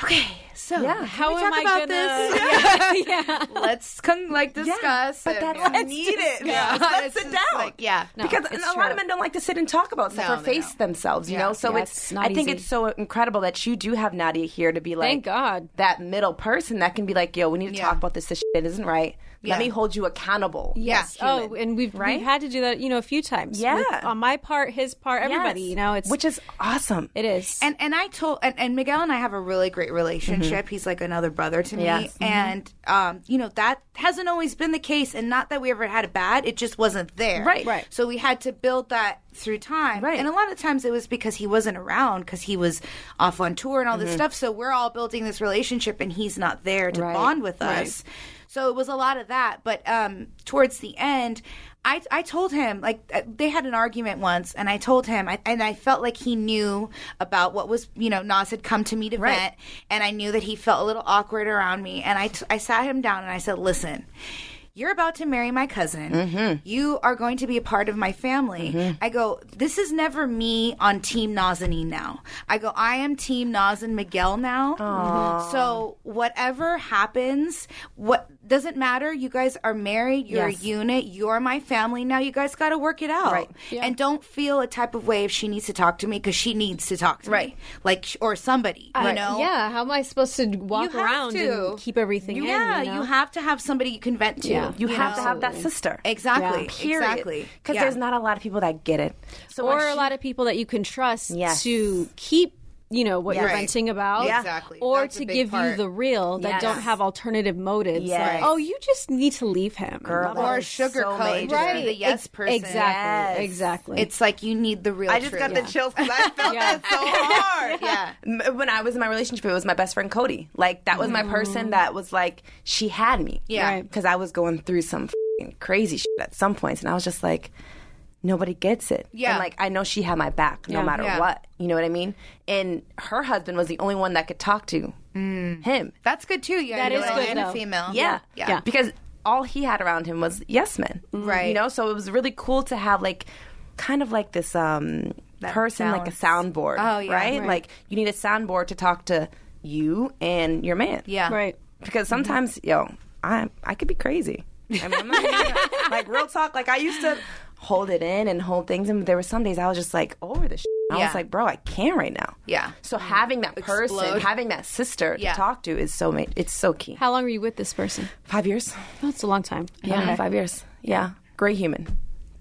[SPEAKER 6] okay, so can
[SPEAKER 5] how
[SPEAKER 6] we
[SPEAKER 5] am
[SPEAKER 6] talk
[SPEAKER 5] I
[SPEAKER 6] about
[SPEAKER 5] gonna
[SPEAKER 6] this?
[SPEAKER 5] yeah.
[SPEAKER 6] Let's con- like discuss.
[SPEAKER 2] but
[SPEAKER 6] and-
[SPEAKER 2] that's-
[SPEAKER 6] yeah.
[SPEAKER 2] Let's
[SPEAKER 8] need it.
[SPEAKER 2] Yeah.
[SPEAKER 8] Let's
[SPEAKER 2] It's
[SPEAKER 8] sit
[SPEAKER 2] just
[SPEAKER 8] down.
[SPEAKER 2] like-
[SPEAKER 6] yeah.
[SPEAKER 2] because
[SPEAKER 5] it's
[SPEAKER 2] a lot
[SPEAKER 5] true.
[SPEAKER 2] of men don't like to sit and talk about stuff
[SPEAKER 6] No,
[SPEAKER 2] or
[SPEAKER 6] they
[SPEAKER 2] face
[SPEAKER 6] don't.
[SPEAKER 2] them's themselves, you
[SPEAKER 6] Yeah.
[SPEAKER 2] know. So
[SPEAKER 5] Yeah,
[SPEAKER 2] it's,
[SPEAKER 5] it's not
[SPEAKER 2] I think
[SPEAKER 5] easy.
[SPEAKER 2] it's so incredible that you do have Nadia here to be like,
[SPEAKER 5] Thank God.
[SPEAKER 2] that middle person that can be like, yo, we need to
[SPEAKER 6] Yeah.
[SPEAKER 2] talk about this. This shit isn't right.
[SPEAKER 6] Yeah.
[SPEAKER 2] Let me hold you accountable.
[SPEAKER 5] Yes.
[SPEAKER 6] Yeah.
[SPEAKER 5] oh, and we've
[SPEAKER 2] right?
[SPEAKER 5] we've had to do that, you know, a few times.
[SPEAKER 2] Yeah.
[SPEAKER 5] With- on my part, his part, everybody.
[SPEAKER 2] Yes.
[SPEAKER 5] You know, it's
[SPEAKER 2] which is awesome.
[SPEAKER 5] it is.
[SPEAKER 6] And and I told and, and Miguel and I have a really great relationship. He's like another brother to me.
[SPEAKER 2] Yes.
[SPEAKER 6] And um, you know, that hasn't always been the case and not that we ever had it bad, it just wasn't there.
[SPEAKER 2] Right. Right.
[SPEAKER 6] So we had to build that through time.
[SPEAKER 2] Right.
[SPEAKER 6] And a lot of times it was because he wasn't around because he was off on tour and all this stuff. So we're all building this relationship and he's not there to
[SPEAKER 2] Mm-hmm. Right.
[SPEAKER 6] bond with us. So it was a lot of that. But um, towards the end, I, I told him, like, uh, they had an argument once, and I told him, I, and I felt like he knew about what was, you know, Nas had come to me to vent, and I knew that he felt a little awkward around me. And I, t- I sat him down and I said, listen, you're about to marry my cousin.
[SPEAKER 2] Mm-hmm.
[SPEAKER 6] You are going to be a part of my family. I go, this is never me on Team Nazanin now. I go, I am Team Naz and Miguel now. So whatever happens, what doesn't matter. You guys are married. You're
[SPEAKER 2] Yes.
[SPEAKER 6] a unit. You're my family now. You guys got to work it out.
[SPEAKER 2] Right.
[SPEAKER 6] And don't feel a type of way if she needs to talk to me because she needs to talk to me.
[SPEAKER 2] Right.
[SPEAKER 6] Like, sh- or somebody, you know?
[SPEAKER 5] yeah, how am I supposed to walk
[SPEAKER 6] You have
[SPEAKER 5] around
[SPEAKER 6] to.
[SPEAKER 5] and keep everything in?
[SPEAKER 6] yeah,
[SPEAKER 5] you, know?
[SPEAKER 6] have to have somebody you can vent to.
[SPEAKER 5] Yeah.
[SPEAKER 2] you have to have
[SPEAKER 6] know?
[SPEAKER 2] that sister.
[SPEAKER 6] Exactly.
[SPEAKER 2] Period.
[SPEAKER 6] Exactly.
[SPEAKER 2] Because
[SPEAKER 6] Yeah.
[SPEAKER 2] there's not a lot of people that get it. So
[SPEAKER 5] or
[SPEAKER 2] when
[SPEAKER 5] a
[SPEAKER 2] she-
[SPEAKER 5] lot of people that you can trust
[SPEAKER 2] Yes.
[SPEAKER 5] to keep you know what you're
[SPEAKER 6] Right.
[SPEAKER 5] venting about
[SPEAKER 6] Yeah. Exactly.
[SPEAKER 5] or
[SPEAKER 6] That's a
[SPEAKER 5] to
[SPEAKER 6] big
[SPEAKER 5] give you
[SPEAKER 6] part.
[SPEAKER 5] the real that
[SPEAKER 2] Yes.
[SPEAKER 5] don't have alternative motives
[SPEAKER 2] Yes.
[SPEAKER 5] like,
[SPEAKER 2] Right.
[SPEAKER 5] oh you just need to leave him
[SPEAKER 2] Girl, that
[SPEAKER 6] or
[SPEAKER 2] is so
[SPEAKER 6] sugarcoat
[SPEAKER 2] major.
[SPEAKER 6] so right. the
[SPEAKER 5] Right.
[SPEAKER 6] yes
[SPEAKER 5] Ex-
[SPEAKER 6] person.
[SPEAKER 5] exactly.
[SPEAKER 2] Yes.
[SPEAKER 5] Exactly.
[SPEAKER 6] It's like you need the real.
[SPEAKER 8] I just
[SPEAKER 6] truth.
[SPEAKER 8] got
[SPEAKER 6] yeah.
[SPEAKER 8] the chills because I felt that so hard.
[SPEAKER 6] Yeah.
[SPEAKER 2] M- when I was in my relationship, it was my best friend Cody. Like that was my person that was like she had me.
[SPEAKER 6] Mm. Yeah. Right.
[SPEAKER 2] because I was going through some fing crazy shit at some points, and I was just like, nobody gets it.
[SPEAKER 6] Yeah.
[SPEAKER 2] and like I know she had my back no matter
[SPEAKER 6] Yeah.
[SPEAKER 2] what. You know what I mean? And her husband was the only one that could talk to
[SPEAKER 8] Mm.
[SPEAKER 2] him.
[SPEAKER 6] That's good too. Yeah,
[SPEAKER 5] That
[SPEAKER 6] you're
[SPEAKER 5] is
[SPEAKER 6] like,
[SPEAKER 5] good,
[SPEAKER 6] and
[SPEAKER 5] though.
[SPEAKER 6] a female.
[SPEAKER 2] Yeah.
[SPEAKER 6] yeah. Mm-hmm.
[SPEAKER 2] Because all he had around him was yes men.
[SPEAKER 6] Right.
[SPEAKER 2] You know, so it was really cool to have like kind of like this um person like a
[SPEAKER 6] balance.
[SPEAKER 2] soundboard.
[SPEAKER 6] Oh, yeah.
[SPEAKER 2] Right?
[SPEAKER 6] Right.
[SPEAKER 2] Like you need a soundboard to talk to you and your man.
[SPEAKER 6] Yeah. Mm-hmm.
[SPEAKER 5] right
[SPEAKER 2] Because sometimes, yo, I I could be crazy. I mean, I'm not gonna- like real talk. Like I used to hold it in and hold things, and there were some days I was just like over this. Shit. I
[SPEAKER 6] Yeah.
[SPEAKER 2] was like, bro, I can't right now.
[SPEAKER 6] Yeah.
[SPEAKER 2] So having that person,
[SPEAKER 6] Explode.
[SPEAKER 2] having that sister
[SPEAKER 6] Yeah.
[SPEAKER 2] to talk to is so ma- it's so key.
[SPEAKER 5] how long were you with this person
[SPEAKER 2] Five years.
[SPEAKER 6] Oh,
[SPEAKER 5] that's a long time
[SPEAKER 2] Yeah,
[SPEAKER 5] Okay.
[SPEAKER 2] five years. Yeah, great human,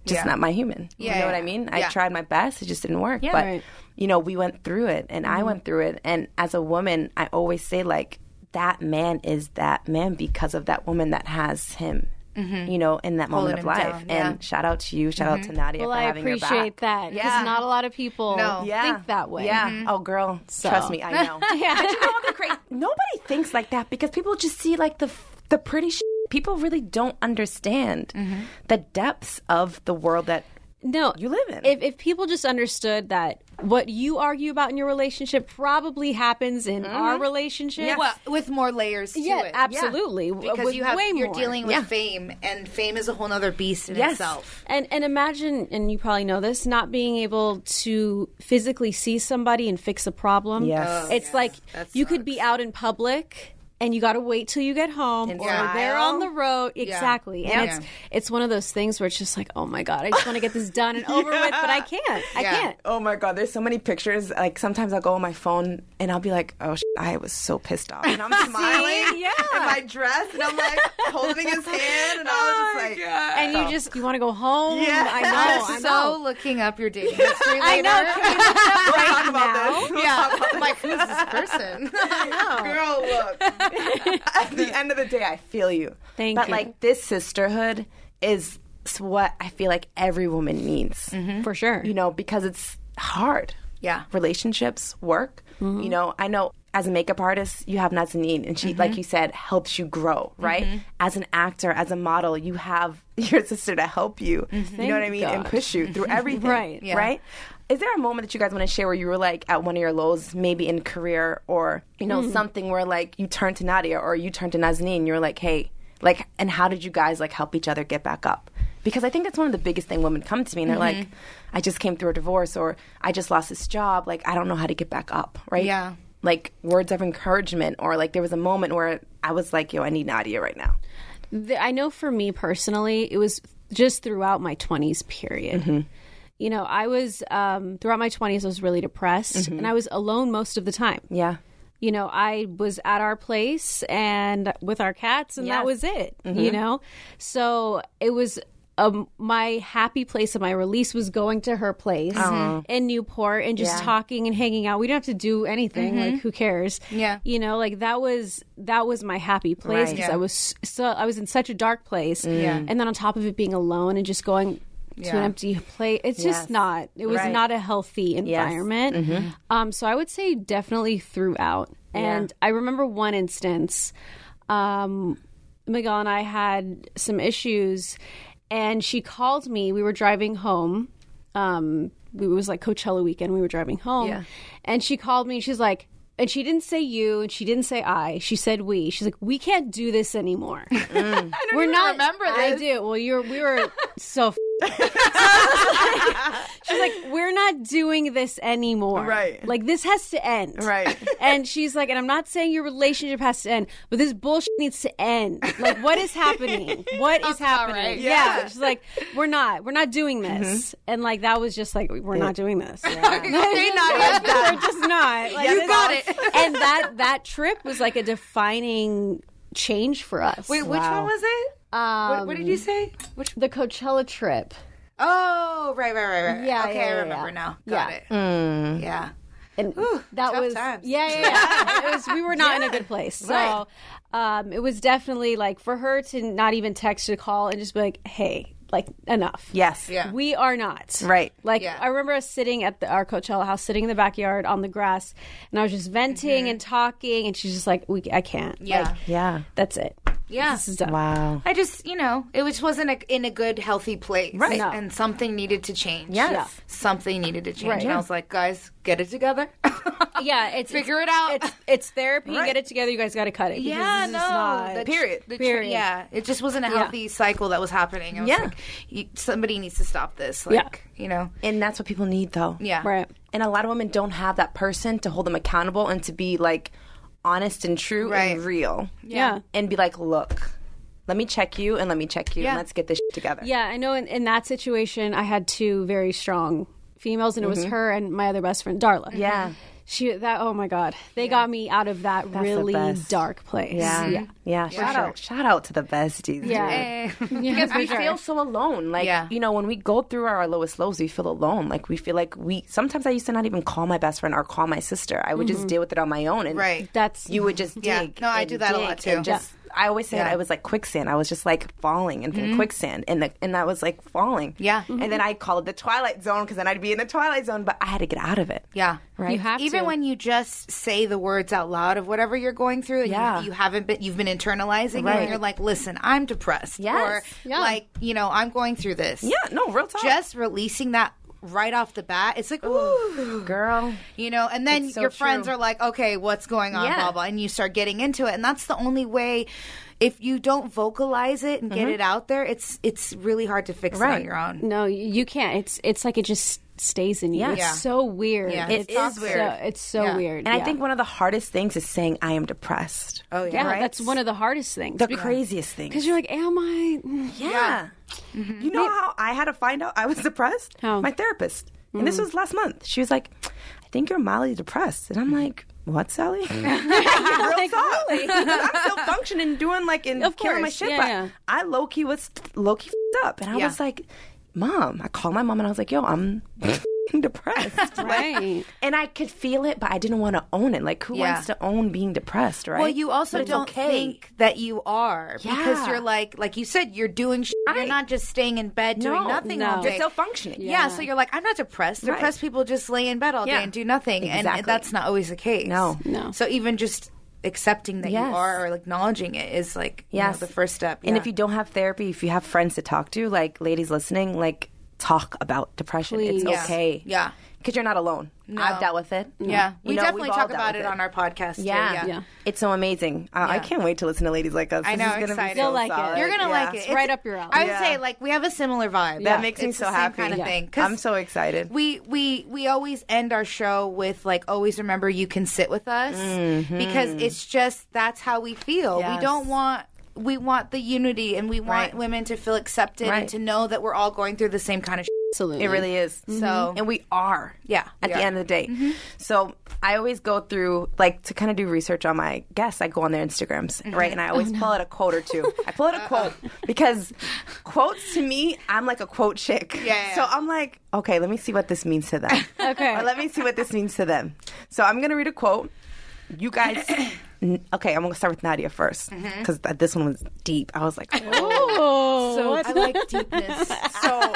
[SPEAKER 2] just
[SPEAKER 6] Yeah.
[SPEAKER 2] not my human.
[SPEAKER 6] Yeah,
[SPEAKER 2] you know
[SPEAKER 6] yeah,
[SPEAKER 2] what I mean. I
[SPEAKER 6] yeah.
[SPEAKER 2] tried my best; it just didn't work. but
[SPEAKER 5] Right.
[SPEAKER 2] you know, we went through it, and
[SPEAKER 6] Mm-hmm.
[SPEAKER 2] I went through it. And as a woman, I always say like that man is that man because of that woman that has him. You know, in that moment of
[SPEAKER 6] Mm-hmm. him
[SPEAKER 2] life.
[SPEAKER 6] down, yeah. Mm-hmm.
[SPEAKER 2] And shout out to you, shout out to Nadia
[SPEAKER 5] well
[SPEAKER 2] for
[SPEAKER 5] i
[SPEAKER 2] having your back.
[SPEAKER 5] appreciate that because
[SPEAKER 2] Yeah.
[SPEAKER 5] not a lot of people
[SPEAKER 6] No.
[SPEAKER 5] think that way
[SPEAKER 2] Yeah.
[SPEAKER 6] Mm-hmm.
[SPEAKER 2] Oh, girl. Trust me, I know.
[SPEAKER 5] Yeah.
[SPEAKER 2] But you know what the cra- Nobody thinks like that because people just see like the the pretty. Sh- people really don't understand
[SPEAKER 5] Mm-hmm.
[SPEAKER 2] the depths of the world that.
[SPEAKER 5] No,
[SPEAKER 2] You live in.
[SPEAKER 5] If, if people just understood that what you argue about in your relationship probably happens in our relationship,
[SPEAKER 6] Well, with more layers Mm-hmm. to
[SPEAKER 5] yeah,
[SPEAKER 6] it.
[SPEAKER 5] absolutely, w-
[SPEAKER 6] Because
[SPEAKER 5] with
[SPEAKER 6] you have
[SPEAKER 5] way
[SPEAKER 6] you're
[SPEAKER 5] more.
[SPEAKER 6] dealing with fame, and fame is a whole other beast in
[SPEAKER 2] Yes.
[SPEAKER 6] itself.
[SPEAKER 5] And and imagine, and you probably know this, not being able to physically see somebody and fix a problem.
[SPEAKER 2] Yes. Oh,
[SPEAKER 5] it's like you could be out in public. and you got to wait till you get home or they're
[SPEAKER 6] style.
[SPEAKER 5] on the road exactly and it's it's one of those things where it's just like oh my god i just want to get this done and over with but i can't i can't
[SPEAKER 2] Oh my god, there's so many pictures. Like sometimes I'll go on my phone and I'll be like, "Oh, sh- I was so pissed off." And I'm smiling.
[SPEAKER 5] yeah
[SPEAKER 8] in my dress and I'm like holding his hand and
[SPEAKER 2] Oh
[SPEAKER 8] I was just like
[SPEAKER 5] and you just you want to go home
[SPEAKER 8] Yeah.
[SPEAKER 5] i know Oh, i
[SPEAKER 6] so
[SPEAKER 5] know
[SPEAKER 10] looking up your dating history later.
[SPEAKER 5] I know. Can we look
[SPEAKER 8] We'll
[SPEAKER 5] it
[SPEAKER 8] talk
[SPEAKER 5] up
[SPEAKER 8] about
[SPEAKER 5] right now?
[SPEAKER 8] this. We'll
[SPEAKER 10] yeah,
[SPEAKER 8] talk about
[SPEAKER 10] I'm like who's this person?
[SPEAKER 8] Girl, look.
[SPEAKER 2] At the end of the day, I feel you.
[SPEAKER 5] Thank
[SPEAKER 2] but
[SPEAKER 5] you.
[SPEAKER 2] like this sisterhood is s- what I feel like every woman needs.
[SPEAKER 5] for sure.
[SPEAKER 2] You know, because it's hard.
[SPEAKER 6] Yeah.
[SPEAKER 2] Relationships, work. You know, I know as a makeup artist, you have Nazanin, and she, like you said, helps you grow, right? As an actor, as a model, you have your sister to help you. You know what I mean? And push you through everything.
[SPEAKER 5] Right.
[SPEAKER 2] Right? Is there a moment that you guys want to share where you were like at one of your lows, maybe in career or, you know, something where like you turned to Nadia or you turned to Nazanin and you were like, hey, like, and how did you guys like help each other get back up? Because I think that's one of the biggest thing women come to me and they're like,
[SPEAKER 6] Mm-hmm.
[SPEAKER 2] I just came through a divorce or I just lost this job. Like, I don't know how to get back up. Right.
[SPEAKER 10] Yeah.
[SPEAKER 2] Like words of encouragement or like there was a moment where I was like, yo, I need Nadia right now.
[SPEAKER 5] The- I know for me personally, it was just throughout my 20s period. You know, I was um, throughout my 20s, I was really depressed and I was alone most of the time.
[SPEAKER 2] Yeah.
[SPEAKER 5] You know, I was at our place and with our cats, and
[SPEAKER 2] Yes.
[SPEAKER 5] that was it, you know? So it was. Um, my happy place of my release was going to her place in Newport and just
[SPEAKER 2] Yeah.
[SPEAKER 5] talking and hanging out. We don't have to do anything; like, who cares?
[SPEAKER 10] Yeah.
[SPEAKER 5] you know, like that was that was my happy place place
[SPEAKER 2] Right.
[SPEAKER 5] because
[SPEAKER 10] Yeah.
[SPEAKER 5] I was so I was in such a dark place.
[SPEAKER 10] Yeah.
[SPEAKER 5] And then on top of it being alone and just going to an
[SPEAKER 10] Yeah.
[SPEAKER 5] empty place, it's
[SPEAKER 2] Yes.
[SPEAKER 5] just not. It was
[SPEAKER 2] Right.
[SPEAKER 5] not a healthy environment. Um, so I would say definitely throughout. And I remember one instance, um, Miguel and I had some issues, and she called me. We were driving home. Um, it was like Coachella weekend. We were driving home, and she called me. She's like, and she didn't say you, and she didn't say I. She said we. She's like, we can't do this anymore. we're not.
[SPEAKER 10] remember
[SPEAKER 5] I
[SPEAKER 10] this.
[SPEAKER 5] do. Well, you're. We were so. f- she's like, we're not doing this anymore.
[SPEAKER 8] Right.
[SPEAKER 5] Like this has to end.
[SPEAKER 8] Right.
[SPEAKER 5] And she's like, and I'm not saying your relationship has to end, but this bullshit needs to end. Like, what is happening? What is
[SPEAKER 10] That's not
[SPEAKER 5] happening?
[SPEAKER 10] right.
[SPEAKER 5] Yeah. She's like, we're not, we're not doing this. And like, that was just like, we're not doing this. we're just not. Like, you
[SPEAKER 10] got it.
[SPEAKER 5] And that that trip was like a defining change for us.
[SPEAKER 6] Wait, which one was it?
[SPEAKER 5] Um,
[SPEAKER 6] what, what did you say? Which?
[SPEAKER 5] The Coachella trip.
[SPEAKER 6] Oh, right, right, right, right.
[SPEAKER 5] Yeah,
[SPEAKER 6] Okay,
[SPEAKER 5] yeah,
[SPEAKER 6] I
[SPEAKER 5] yeah,
[SPEAKER 6] remember
[SPEAKER 5] yeah.
[SPEAKER 6] now. Got
[SPEAKER 5] Yeah.
[SPEAKER 6] it.
[SPEAKER 5] Mm.
[SPEAKER 6] Yeah.
[SPEAKER 5] and that
[SPEAKER 6] tough
[SPEAKER 5] was
[SPEAKER 6] times.
[SPEAKER 5] yeah yeah yeah it was we were not in a good place so
[SPEAKER 6] right.
[SPEAKER 5] um, it was definitely like for her to not even text or call and just be like hey like enough
[SPEAKER 2] Yes.
[SPEAKER 6] Yeah.
[SPEAKER 5] we are not
[SPEAKER 2] Right.
[SPEAKER 5] like i remember us sitting at the, our coachella house sitting in the backyard on the grass and i was just venting
[SPEAKER 6] Mm-hmm.
[SPEAKER 5] and talking and she's just like we, i can't yeah like,
[SPEAKER 2] Yeah.
[SPEAKER 5] that's it
[SPEAKER 6] Yeah.
[SPEAKER 5] this is done
[SPEAKER 2] Wow.
[SPEAKER 6] I just, you know, it just wasn't a, in a good, healthy place. Right.
[SPEAKER 5] No.
[SPEAKER 6] And something needed to change.
[SPEAKER 2] Yes. Yeah.
[SPEAKER 6] Something needed to change.
[SPEAKER 5] Right.
[SPEAKER 6] And I was like, guys, get it together.
[SPEAKER 5] yeah it's
[SPEAKER 6] Figure it out.
[SPEAKER 5] it's, it's therapy get it together you guys got to cut it because
[SPEAKER 6] yeah,
[SPEAKER 5] this is
[SPEAKER 6] no.
[SPEAKER 5] not-
[SPEAKER 6] the tr-
[SPEAKER 2] Period.
[SPEAKER 6] the tr-
[SPEAKER 5] Period.
[SPEAKER 6] yeah. It just wasn't a healthy cycle that was happening. I was
[SPEAKER 2] Yeah.
[SPEAKER 6] like, you, somebody needs to stop this.
[SPEAKER 5] Yeah.
[SPEAKER 6] Like, you know.
[SPEAKER 2] And that's what people need though.
[SPEAKER 6] Yeah.
[SPEAKER 5] right
[SPEAKER 2] and a lot of women don't have that person to hold them accountable and to be like honest and true
[SPEAKER 6] Right.
[SPEAKER 2] and real
[SPEAKER 5] yeah.
[SPEAKER 2] and be like look let me check you and let me check you
[SPEAKER 6] Yeah.
[SPEAKER 2] and let's get this shit together
[SPEAKER 5] Yeah, I know in, in that situation, I had two very strong females, and it was her and my other best friend, Darla.
[SPEAKER 2] Yeah.
[SPEAKER 5] She, that, oh my God. They got me out of that really
[SPEAKER 2] best.
[SPEAKER 5] dark place.
[SPEAKER 2] yeah yeah, shout out shout out to the besties
[SPEAKER 5] Yeah.
[SPEAKER 2] dude. because we feel so alone like
[SPEAKER 6] Eh, Yeah.
[SPEAKER 2] you know when we go through our lowest lows we feel alone like we feel like we sometimes i used to not even call my best friend or call my sister i would just deal with it on my own and
[SPEAKER 6] Mm-hmm. Right.
[SPEAKER 5] That's,
[SPEAKER 2] you would just dig.
[SPEAKER 6] Yeah. No, I
[SPEAKER 2] and
[SPEAKER 6] do that a lot,
[SPEAKER 2] dig and
[SPEAKER 6] too.
[SPEAKER 2] Just, I always said I was like quicksand. I was just like falling into quicksand, and the, and I was like falling.
[SPEAKER 6] Mm-hmm. Yeah. Mm-hmm.
[SPEAKER 2] And then I called it the twilight zone because then I'd be in the twilight zone, but I had to get out of it.
[SPEAKER 6] Yeah.
[SPEAKER 5] you have
[SPEAKER 6] Even
[SPEAKER 5] to.
[SPEAKER 6] when you just say the words out loud of whatever you're going through, and
[SPEAKER 2] Yeah.
[SPEAKER 6] you, you haven't been, you've been internalizing it,
[SPEAKER 2] Right.
[SPEAKER 6] and you're like, listen, I'm depressed.
[SPEAKER 2] Yes.
[SPEAKER 6] Or,
[SPEAKER 5] Yeah.
[SPEAKER 6] like, you know, I'm going through this.
[SPEAKER 2] Yeah. No, real talk.
[SPEAKER 6] Just releasing that right off the bat, it's like, ooh,
[SPEAKER 2] girl.
[SPEAKER 6] you know, and then
[SPEAKER 2] It's so
[SPEAKER 6] your friends
[SPEAKER 2] true.
[SPEAKER 6] are like, okay, what's going on,
[SPEAKER 2] Yeah.
[SPEAKER 6] blah, blah, and you start getting into it. And that's the only way. If you don't vocalize it and get it out there, it's it's really hard to fix it
[SPEAKER 2] Mm-hmm. Right.
[SPEAKER 6] on your own.
[SPEAKER 5] no, you can't. It's, it's like it just stays in you.
[SPEAKER 2] Yeah.
[SPEAKER 5] It's
[SPEAKER 2] Yeah.
[SPEAKER 5] so weird.
[SPEAKER 2] Yeah,
[SPEAKER 5] It's
[SPEAKER 2] it sounds
[SPEAKER 5] so-
[SPEAKER 2] weird.
[SPEAKER 5] it's so
[SPEAKER 2] Yeah.
[SPEAKER 5] weird.
[SPEAKER 2] And I
[SPEAKER 5] yeah.
[SPEAKER 2] think one of the hardest things is saying I am depressed. Oh
[SPEAKER 5] yeah, that's one of the hardest things.
[SPEAKER 2] The craziest thing.
[SPEAKER 5] Because you're like, am I? Mm,
[SPEAKER 2] Yeah.
[SPEAKER 5] Mm-hmm.
[SPEAKER 2] You know how I had to find out I was depressed? My therapist. And
[SPEAKER 5] Mm.
[SPEAKER 2] this was last month. She was like, I think you're mildly depressed. And I'm
[SPEAKER 5] Mm-hmm.
[SPEAKER 2] like, what, Sally?
[SPEAKER 5] Like, really?
[SPEAKER 2] I'm still functioning, doing like, and
[SPEAKER 5] Of
[SPEAKER 2] carrying my
[SPEAKER 5] course.
[SPEAKER 2] shit.
[SPEAKER 5] Yeah,
[SPEAKER 2] but
[SPEAKER 5] yeah.
[SPEAKER 2] I low key was low key up, and I
[SPEAKER 5] Yeah.
[SPEAKER 2] was like, Mom, I called my mom and I was like, Yo, I'm depressed, Like,
[SPEAKER 5] Right.
[SPEAKER 2] and I could feel it, but I didn't want to own it. Like, who
[SPEAKER 6] Yeah.
[SPEAKER 2] wants to own being depressed, right?
[SPEAKER 6] Well, you
[SPEAKER 2] But
[SPEAKER 6] also
[SPEAKER 2] it's
[SPEAKER 6] don't
[SPEAKER 2] okay.
[SPEAKER 6] think that you are because
[SPEAKER 2] Yeah.
[SPEAKER 6] you're like, like you said, you're doing. Sh- You're not just staying in bed doing
[SPEAKER 2] No,
[SPEAKER 6] nothing
[SPEAKER 2] no.
[SPEAKER 6] all
[SPEAKER 2] You're
[SPEAKER 6] day.
[SPEAKER 2] still functioning.
[SPEAKER 6] Yeah.
[SPEAKER 2] Yeah.
[SPEAKER 6] so you're like, I'm not depressed.
[SPEAKER 2] Right.
[SPEAKER 6] Depressed people just lay in bed all
[SPEAKER 2] Yeah.
[SPEAKER 6] day and do nothing,
[SPEAKER 2] Exactly.
[SPEAKER 6] and that's not always the case.
[SPEAKER 2] No.
[SPEAKER 5] No.
[SPEAKER 6] So even just accepting that
[SPEAKER 2] Yes.
[SPEAKER 6] you are or acknowledging it is like you know,
[SPEAKER 2] Yes.
[SPEAKER 6] the first step.
[SPEAKER 2] And
[SPEAKER 6] Yeah.
[SPEAKER 2] if you don't have therapy, if you have friends to talk to, like ladies listening, like talk about depression. It's
[SPEAKER 5] Please. Yeah.
[SPEAKER 2] okay.
[SPEAKER 6] Yeah.
[SPEAKER 2] Because you're not alone. I've dealt with it.
[SPEAKER 6] yeah,
[SPEAKER 2] You
[SPEAKER 6] we
[SPEAKER 2] know,
[SPEAKER 6] definitely
[SPEAKER 2] we've all
[SPEAKER 6] talk
[SPEAKER 2] dealt
[SPEAKER 6] about
[SPEAKER 2] with
[SPEAKER 6] it, on our podcast. too,
[SPEAKER 2] Yeah.
[SPEAKER 6] yeah.
[SPEAKER 5] Yeah.
[SPEAKER 2] It's so amazing. Uh, I
[SPEAKER 6] Yeah.
[SPEAKER 2] can't wait to listen to ladies like us.
[SPEAKER 6] I
[SPEAKER 2] This
[SPEAKER 6] know,
[SPEAKER 2] is gonna
[SPEAKER 6] excited.
[SPEAKER 2] be so
[SPEAKER 5] You'll like it.
[SPEAKER 2] solid.
[SPEAKER 6] You're gonna
[SPEAKER 2] Yeah.
[SPEAKER 6] like it.
[SPEAKER 5] It's right up your alley.
[SPEAKER 6] I would
[SPEAKER 2] Yeah.
[SPEAKER 6] say like we have a similar vibe.
[SPEAKER 2] That makes me
[SPEAKER 6] It's
[SPEAKER 2] so
[SPEAKER 6] the same
[SPEAKER 2] happy.
[SPEAKER 6] Kind of
[SPEAKER 2] Yeah.
[SPEAKER 6] thing. 'Cause
[SPEAKER 2] I'm so excited.
[SPEAKER 6] We we we always end our show with like always remember you can sit with us because it's just that's how we feel.
[SPEAKER 2] Mm-hmm. Yes.
[SPEAKER 6] We don't want. We want the unity, and we want
[SPEAKER 2] Right.
[SPEAKER 6] women to feel accepted
[SPEAKER 2] Right.
[SPEAKER 6] and to know that we're all going through the same kind of. Shit.
[SPEAKER 5] Absolutely.
[SPEAKER 2] It really is.
[SPEAKER 6] So-
[SPEAKER 2] Mm-hmm. and we are.
[SPEAKER 6] Yeah,
[SPEAKER 2] At
[SPEAKER 6] we
[SPEAKER 2] the
[SPEAKER 6] are. Mm-hmm.
[SPEAKER 2] end of the day. So I always go through like to kind of do research on my guests. I go on their Instagrams,
[SPEAKER 6] Mm-hmm.
[SPEAKER 2] right? And I
[SPEAKER 6] Oh,
[SPEAKER 2] always pull out a quote or two. I pull out a quote because quotes to me, I'm like a quote chick.
[SPEAKER 6] yeah,
[SPEAKER 2] So
[SPEAKER 6] yeah.
[SPEAKER 2] I'm like, okay, let me see what this means to them.
[SPEAKER 5] Okay.
[SPEAKER 2] Or let me see what this means to them. So I'm gonna read a quote. You guys. n- Okay, I'm gonna start with Nadia first
[SPEAKER 6] Mm-hmm.
[SPEAKER 2] because this one was deep. I was like, oh,
[SPEAKER 5] Oh,
[SPEAKER 2] so
[SPEAKER 6] I like deepness.
[SPEAKER 2] so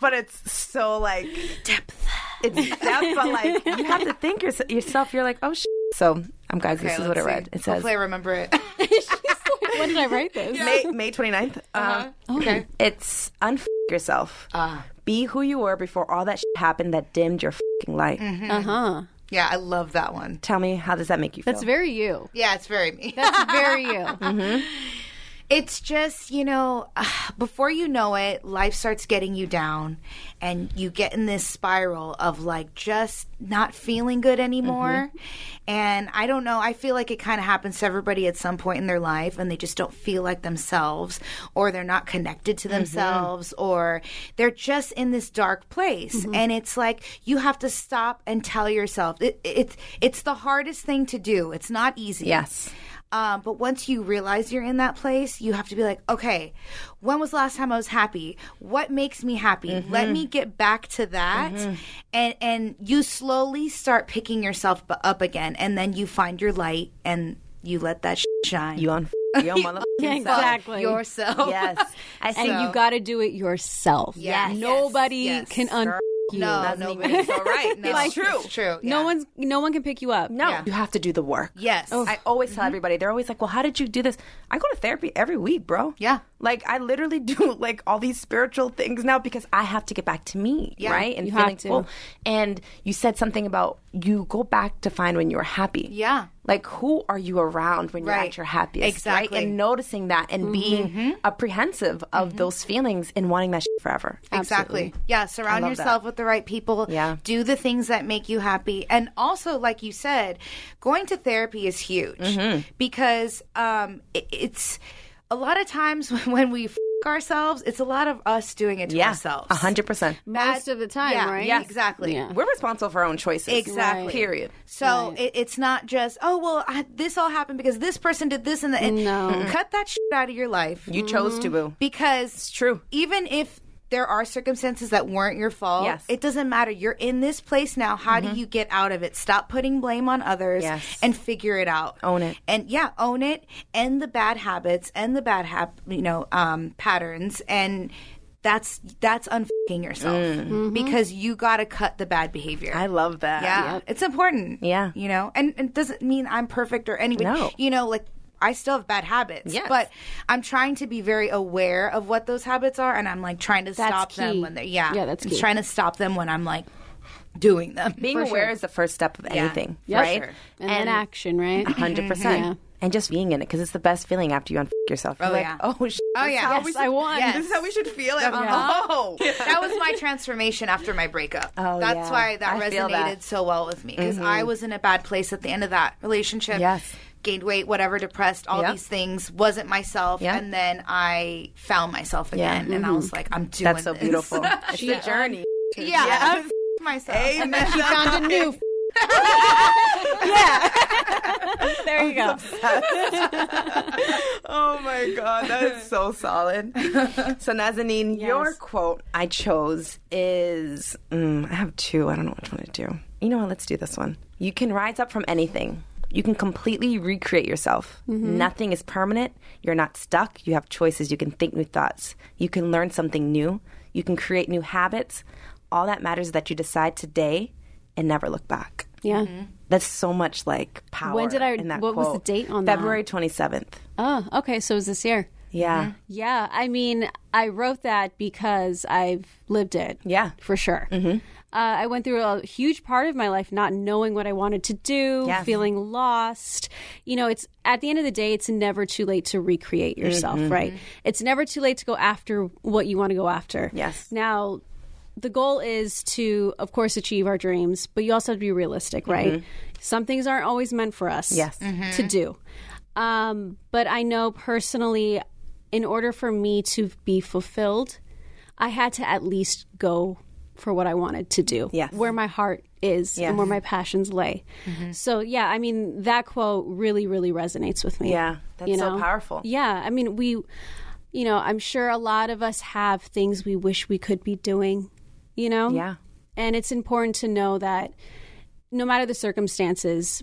[SPEAKER 2] but it's so like depth it's depth but like you have to think yours yourself you're like oh sh-. so um, guys this
[SPEAKER 6] Okay,
[SPEAKER 2] is what I
[SPEAKER 6] let's see.
[SPEAKER 2] read it says
[SPEAKER 6] Hopefully, I remember it.
[SPEAKER 5] when did I write this?
[SPEAKER 2] May, May 29th um,
[SPEAKER 5] Okay.
[SPEAKER 2] it's unf yourself be who you were before all that shit happened that dimmed your fing light
[SPEAKER 5] Uh
[SPEAKER 2] Mm-hmm.
[SPEAKER 5] huh.
[SPEAKER 6] yeah, I love that one.
[SPEAKER 2] tell me how does that make you feel
[SPEAKER 5] That's very you.
[SPEAKER 6] Yeah, it's very me.
[SPEAKER 5] That's very you.
[SPEAKER 6] it's just you know before you know it life starts getting you down and you get in this spiral of like just not feeling good anymore and i don't know i feel like it kind of happens to everybody at some point in their life and they just don't feel like themselves or they're not connected to themselves or they're just in this dark place and it's like you have to stop and tell yourself it, it's it's the hardest thing to do it's not easy
[SPEAKER 2] yes
[SPEAKER 6] um, but once you realize you're in that place, you have to be like, okay, when was the last time I was happy? What makes me happy?
[SPEAKER 2] Mm-hmm.
[SPEAKER 6] Let me get back to that, and and you slowly start picking yourself bu- up again, and then you find your light and you let that sh- shine.
[SPEAKER 2] you on you on mother
[SPEAKER 5] exactly.
[SPEAKER 6] yourself.
[SPEAKER 2] yes I
[SPEAKER 5] and you got to do it yourself.
[SPEAKER 6] Yes.
[SPEAKER 5] Nobody
[SPEAKER 6] Yes.
[SPEAKER 5] can un. You.
[SPEAKER 6] No,
[SPEAKER 2] That's
[SPEAKER 6] no,
[SPEAKER 2] me. It's all right.
[SPEAKER 6] No,
[SPEAKER 2] It's true.
[SPEAKER 6] It's true.
[SPEAKER 5] No
[SPEAKER 6] yeah.
[SPEAKER 5] one's. No one can pick you up.
[SPEAKER 2] no
[SPEAKER 6] Yeah.
[SPEAKER 2] you have to do the work
[SPEAKER 6] Yes.
[SPEAKER 2] I always tell everybody, they're always like, well, how did you do this? I go to therapy every week, bro.
[SPEAKER 6] Yeah.
[SPEAKER 2] Like, I literally do like all these spiritual things now because I have to get back to me,
[SPEAKER 6] Yeah.
[SPEAKER 2] right? And
[SPEAKER 5] You have
[SPEAKER 2] feeling
[SPEAKER 5] to.
[SPEAKER 2] full. And you said something about you go back to find when you were happy.
[SPEAKER 6] Yeah.
[SPEAKER 2] Like, who are you around when you're
[SPEAKER 6] Right.
[SPEAKER 2] at your happiest?
[SPEAKER 6] Exactly.
[SPEAKER 2] Right? And noticing that and being apprehensive of those feelings and wanting that shit forever.
[SPEAKER 6] Exactly. Yeah. Surround
[SPEAKER 2] love that.
[SPEAKER 6] yourself with the right people.
[SPEAKER 2] Yeah.
[SPEAKER 6] Do the things that make you happy. And also, like you said, going to therapy is huge
[SPEAKER 2] Mm-hmm.
[SPEAKER 6] because um, it, it's a lot of times when we f- ourselves, it's a lot of us doing it to
[SPEAKER 2] Yeah.
[SPEAKER 6] ourselves.
[SPEAKER 2] 100%.
[SPEAKER 5] Most of the time,
[SPEAKER 6] yeah,
[SPEAKER 5] right?
[SPEAKER 6] yeah, exactly.
[SPEAKER 5] Yeah.
[SPEAKER 2] We're responsible for our own choices.
[SPEAKER 6] Exactly. Right.
[SPEAKER 2] Period.
[SPEAKER 6] So it, it's not just oh well I, this all happened because this person did this and, the, and
[SPEAKER 5] No.
[SPEAKER 6] cut that shit out of your life
[SPEAKER 2] You chose to, boo.
[SPEAKER 6] because
[SPEAKER 2] It's true.
[SPEAKER 6] even if there are circumstances that weren't your fault,
[SPEAKER 2] Yes. Mm-hmm.
[SPEAKER 6] it doesn't matter. You're in this place now. How do you get out of it? Stop putting blame on others
[SPEAKER 2] Yes.
[SPEAKER 6] and figure it out.
[SPEAKER 2] Own it.
[SPEAKER 6] And yeah, own it. End the bad habits and the bad hap- you know um, patterns and that's that's unfucking yourself because you got to cut the bad behavior.
[SPEAKER 2] Mm. I love that.
[SPEAKER 6] Yeah, it's important.
[SPEAKER 2] Yeah.
[SPEAKER 6] you know, and and it doesn't mean I'm perfect or anybody.
[SPEAKER 2] No.
[SPEAKER 6] you know, like I still have bad habits.
[SPEAKER 2] Yes.
[SPEAKER 6] but I'm trying to be very aware of what those habits are, and I'm like trying to
[SPEAKER 5] That's
[SPEAKER 6] stop them
[SPEAKER 5] key.
[SPEAKER 6] when they're yeah,
[SPEAKER 5] Yeah, that's
[SPEAKER 6] I'm
[SPEAKER 5] key.
[SPEAKER 6] trying to stop them when I'm like doing them.
[SPEAKER 2] Being aware is the first step of anything,
[SPEAKER 5] Yep.
[SPEAKER 2] right?
[SPEAKER 5] And, then action, right?
[SPEAKER 2] Hundred percent. and just being in it because it's the best feeling after you unf yourself. You're
[SPEAKER 6] Oh,
[SPEAKER 2] like,
[SPEAKER 6] yeah.
[SPEAKER 2] Oh, sh-
[SPEAKER 6] Oh yeah.
[SPEAKER 2] Yes, I won.
[SPEAKER 6] Yes.
[SPEAKER 11] This is how we should feel it.
[SPEAKER 6] Uh-huh.
[SPEAKER 11] Oh,
[SPEAKER 6] that was my transformation after my breakup.
[SPEAKER 2] Oh,
[SPEAKER 6] That's
[SPEAKER 2] yeah.
[SPEAKER 6] why that
[SPEAKER 2] I feel
[SPEAKER 6] resonated
[SPEAKER 2] that. Mm-hmm.
[SPEAKER 6] so well with me because I was in a bad place at the end of that relationship.
[SPEAKER 2] Yes.
[SPEAKER 6] Gained weight, whatever, depressed, all
[SPEAKER 2] Yep.
[SPEAKER 6] these things, wasn't myself.
[SPEAKER 2] Yeah. Mm-hmm.
[SPEAKER 6] And then I found myself again. And I was like, I'm doing
[SPEAKER 2] That's so
[SPEAKER 6] this.
[SPEAKER 2] beautiful. it's the journey.
[SPEAKER 6] yeah. I f- myself.
[SPEAKER 11] amen. That's
[SPEAKER 6] found a new
[SPEAKER 5] There you go.
[SPEAKER 2] Oh my god, that is so solid. so Nazanin, your quote I chose is mm, I have two. I don't know which one to do. You know what? Let's do this one. You can rise up from anything. You can completely recreate yourself.
[SPEAKER 5] Mm-hmm.
[SPEAKER 2] Nothing is permanent. You're not stuck. You have choices. You can think new thoughts. You can learn something new. You can create new habits. All that matters is that you decide today and never look back.
[SPEAKER 5] Yeah.
[SPEAKER 2] That's so much like power.
[SPEAKER 5] When did I-
[SPEAKER 2] In that
[SPEAKER 5] what was the
[SPEAKER 2] quote.
[SPEAKER 5] date on that?
[SPEAKER 2] February twenty seventh.
[SPEAKER 5] Oh, okay. So it was this year.
[SPEAKER 2] Yeah.
[SPEAKER 5] Yeah, I mean, I wrote that because I've lived it.
[SPEAKER 2] Yeah.
[SPEAKER 5] for sure. Mm-hmm. Uh, I went through a huge part of my life not knowing what I wanted to do,
[SPEAKER 2] Yes.
[SPEAKER 5] feeling lost. You know, it's at the end of the day, it's never too late to recreate yourself,
[SPEAKER 2] Mm-hmm.
[SPEAKER 5] right? It's never too late to go after what you want to go after.
[SPEAKER 2] Yes.
[SPEAKER 5] Now, the goal is to, of course, achieve our dreams, but you also have to be realistic, right? Some things aren't always meant for us
[SPEAKER 2] Mm-hmm. Yes.
[SPEAKER 5] to do. Um, but I know personally, in order for me to be fulfilled, I had to at least go for what I wanted to do,
[SPEAKER 2] Yes. Mm-hmm.
[SPEAKER 5] where my heart is
[SPEAKER 2] Yes.
[SPEAKER 5] and where my passions lay. So, yeah, I mean, that quote really, really resonates with me.
[SPEAKER 2] Yeah, that's
[SPEAKER 5] you
[SPEAKER 2] so
[SPEAKER 5] know?
[SPEAKER 2] powerful.
[SPEAKER 5] Yeah, I mean, we, you know, I'm sure a lot of us have things we wish we could be doing, you know?
[SPEAKER 2] Yeah.
[SPEAKER 5] And it's important to know that no matter the circumstances,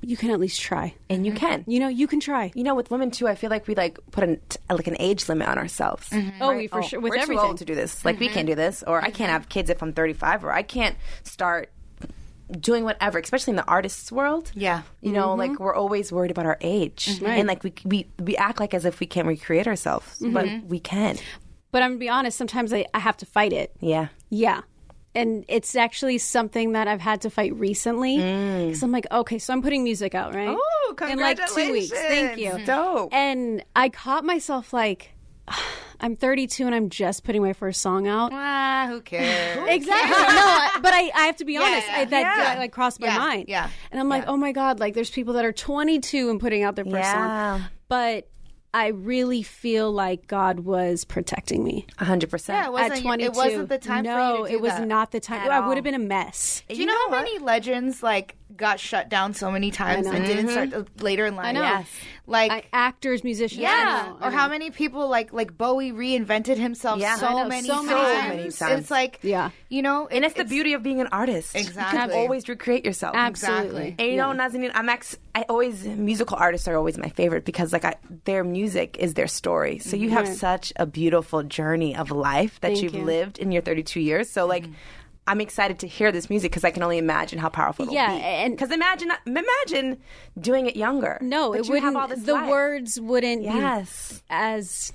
[SPEAKER 5] you can at least try.
[SPEAKER 2] and you can. You,
[SPEAKER 5] Mm-hmm. You know, you can try.
[SPEAKER 2] you know, with women too, I feel like we like put an t- like an age limit on ourselves. Mm-hmm.
[SPEAKER 5] Oh, we for sure- with
[SPEAKER 2] we're too
[SPEAKER 5] everything. Mm-hmm.
[SPEAKER 2] old to do this. Like we can't do this, or I can't have kids if I'm 35, or I can't start doing whatever. Especially in the artists' world.
[SPEAKER 6] Yeah.
[SPEAKER 2] you know, like
[SPEAKER 5] Mm-hmm.
[SPEAKER 2] we're always worried about our age, and like we we we act like as if we can't recreate ourselves, but
[SPEAKER 5] Mm-hmm.
[SPEAKER 2] we can.
[SPEAKER 5] But I'm gonna be honest, sometimes I, I have to fight it.
[SPEAKER 2] Yeah.
[SPEAKER 5] Yeah. And it's actually something that I've had to fight recently.
[SPEAKER 6] Mm.
[SPEAKER 5] Because I'm like, okay, so I'm putting music out, right?
[SPEAKER 11] Oh,
[SPEAKER 5] In like two weeks. Thank you.
[SPEAKER 11] congratulations.
[SPEAKER 2] Dope.
[SPEAKER 5] And I caught myself like, I'm 32 and I'm just putting my first song out.
[SPEAKER 6] Ah, who cares?
[SPEAKER 5] Exactly. no, I- but I, I have to be honest. I, that
[SPEAKER 6] yeah.
[SPEAKER 5] that, like crossed my
[SPEAKER 6] Yeah,
[SPEAKER 5] mind.
[SPEAKER 6] yeah,
[SPEAKER 5] And I'm like, oh my god, like there's people that are 22 and putting out their first
[SPEAKER 2] Yeah.
[SPEAKER 5] song, but I really feel like God was protecting me
[SPEAKER 2] hundred percent.
[SPEAKER 6] Yeah, it wasn't,
[SPEAKER 5] at 22.
[SPEAKER 6] It wasn't the time
[SPEAKER 5] No,
[SPEAKER 6] for you to do
[SPEAKER 5] it was
[SPEAKER 6] that.
[SPEAKER 5] not the time. I would have been a mess.
[SPEAKER 6] Do you, know, how many legends like got shut down so many times and didn't
[SPEAKER 2] Mm-hmm.
[SPEAKER 6] start uh, later in life? I
[SPEAKER 5] know. Yes.
[SPEAKER 6] Like
[SPEAKER 5] I, actors, musicians, I
[SPEAKER 6] yeah,
[SPEAKER 5] know, I
[SPEAKER 6] or
[SPEAKER 5] know.
[SPEAKER 6] how many people like like Bowie reinvented himself
[SPEAKER 2] Yeah. I
[SPEAKER 6] so,
[SPEAKER 2] know,
[SPEAKER 6] many
[SPEAKER 2] so
[SPEAKER 6] times.
[SPEAKER 2] many times. So many times.
[SPEAKER 6] It's like
[SPEAKER 5] Yeah.
[SPEAKER 6] you know,
[SPEAKER 2] and it's the beauty of being an artist. You can
[SPEAKER 6] Exactly.
[SPEAKER 2] always recreate yourself.
[SPEAKER 5] Absolutely.
[SPEAKER 2] And you know, Nazanin, I'm ex. I always musical artists are always my favorite because like I, their music is their story. So you have such a beautiful journey of life that you've
[SPEAKER 5] Mm-hmm. you. Mm-hmm.
[SPEAKER 2] lived in your 32 years. So like. I'm excited to hear this music because I can only imagine how powerful it'll
[SPEAKER 5] Yeah,
[SPEAKER 2] be.
[SPEAKER 5] and-
[SPEAKER 2] because imagine imagine doing it younger.
[SPEAKER 5] No,
[SPEAKER 2] But
[SPEAKER 5] it
[SPEAKER 2] you
[SPEAKER 5] wouldn't.
[SPEAKER 2] Have all this
[SPEAKER 5] the
[SPEAKER 2] life.
[SPEAKER 5] words wouldn't
[SPEAKER 2] Yes.
[SPEAKER 5] be as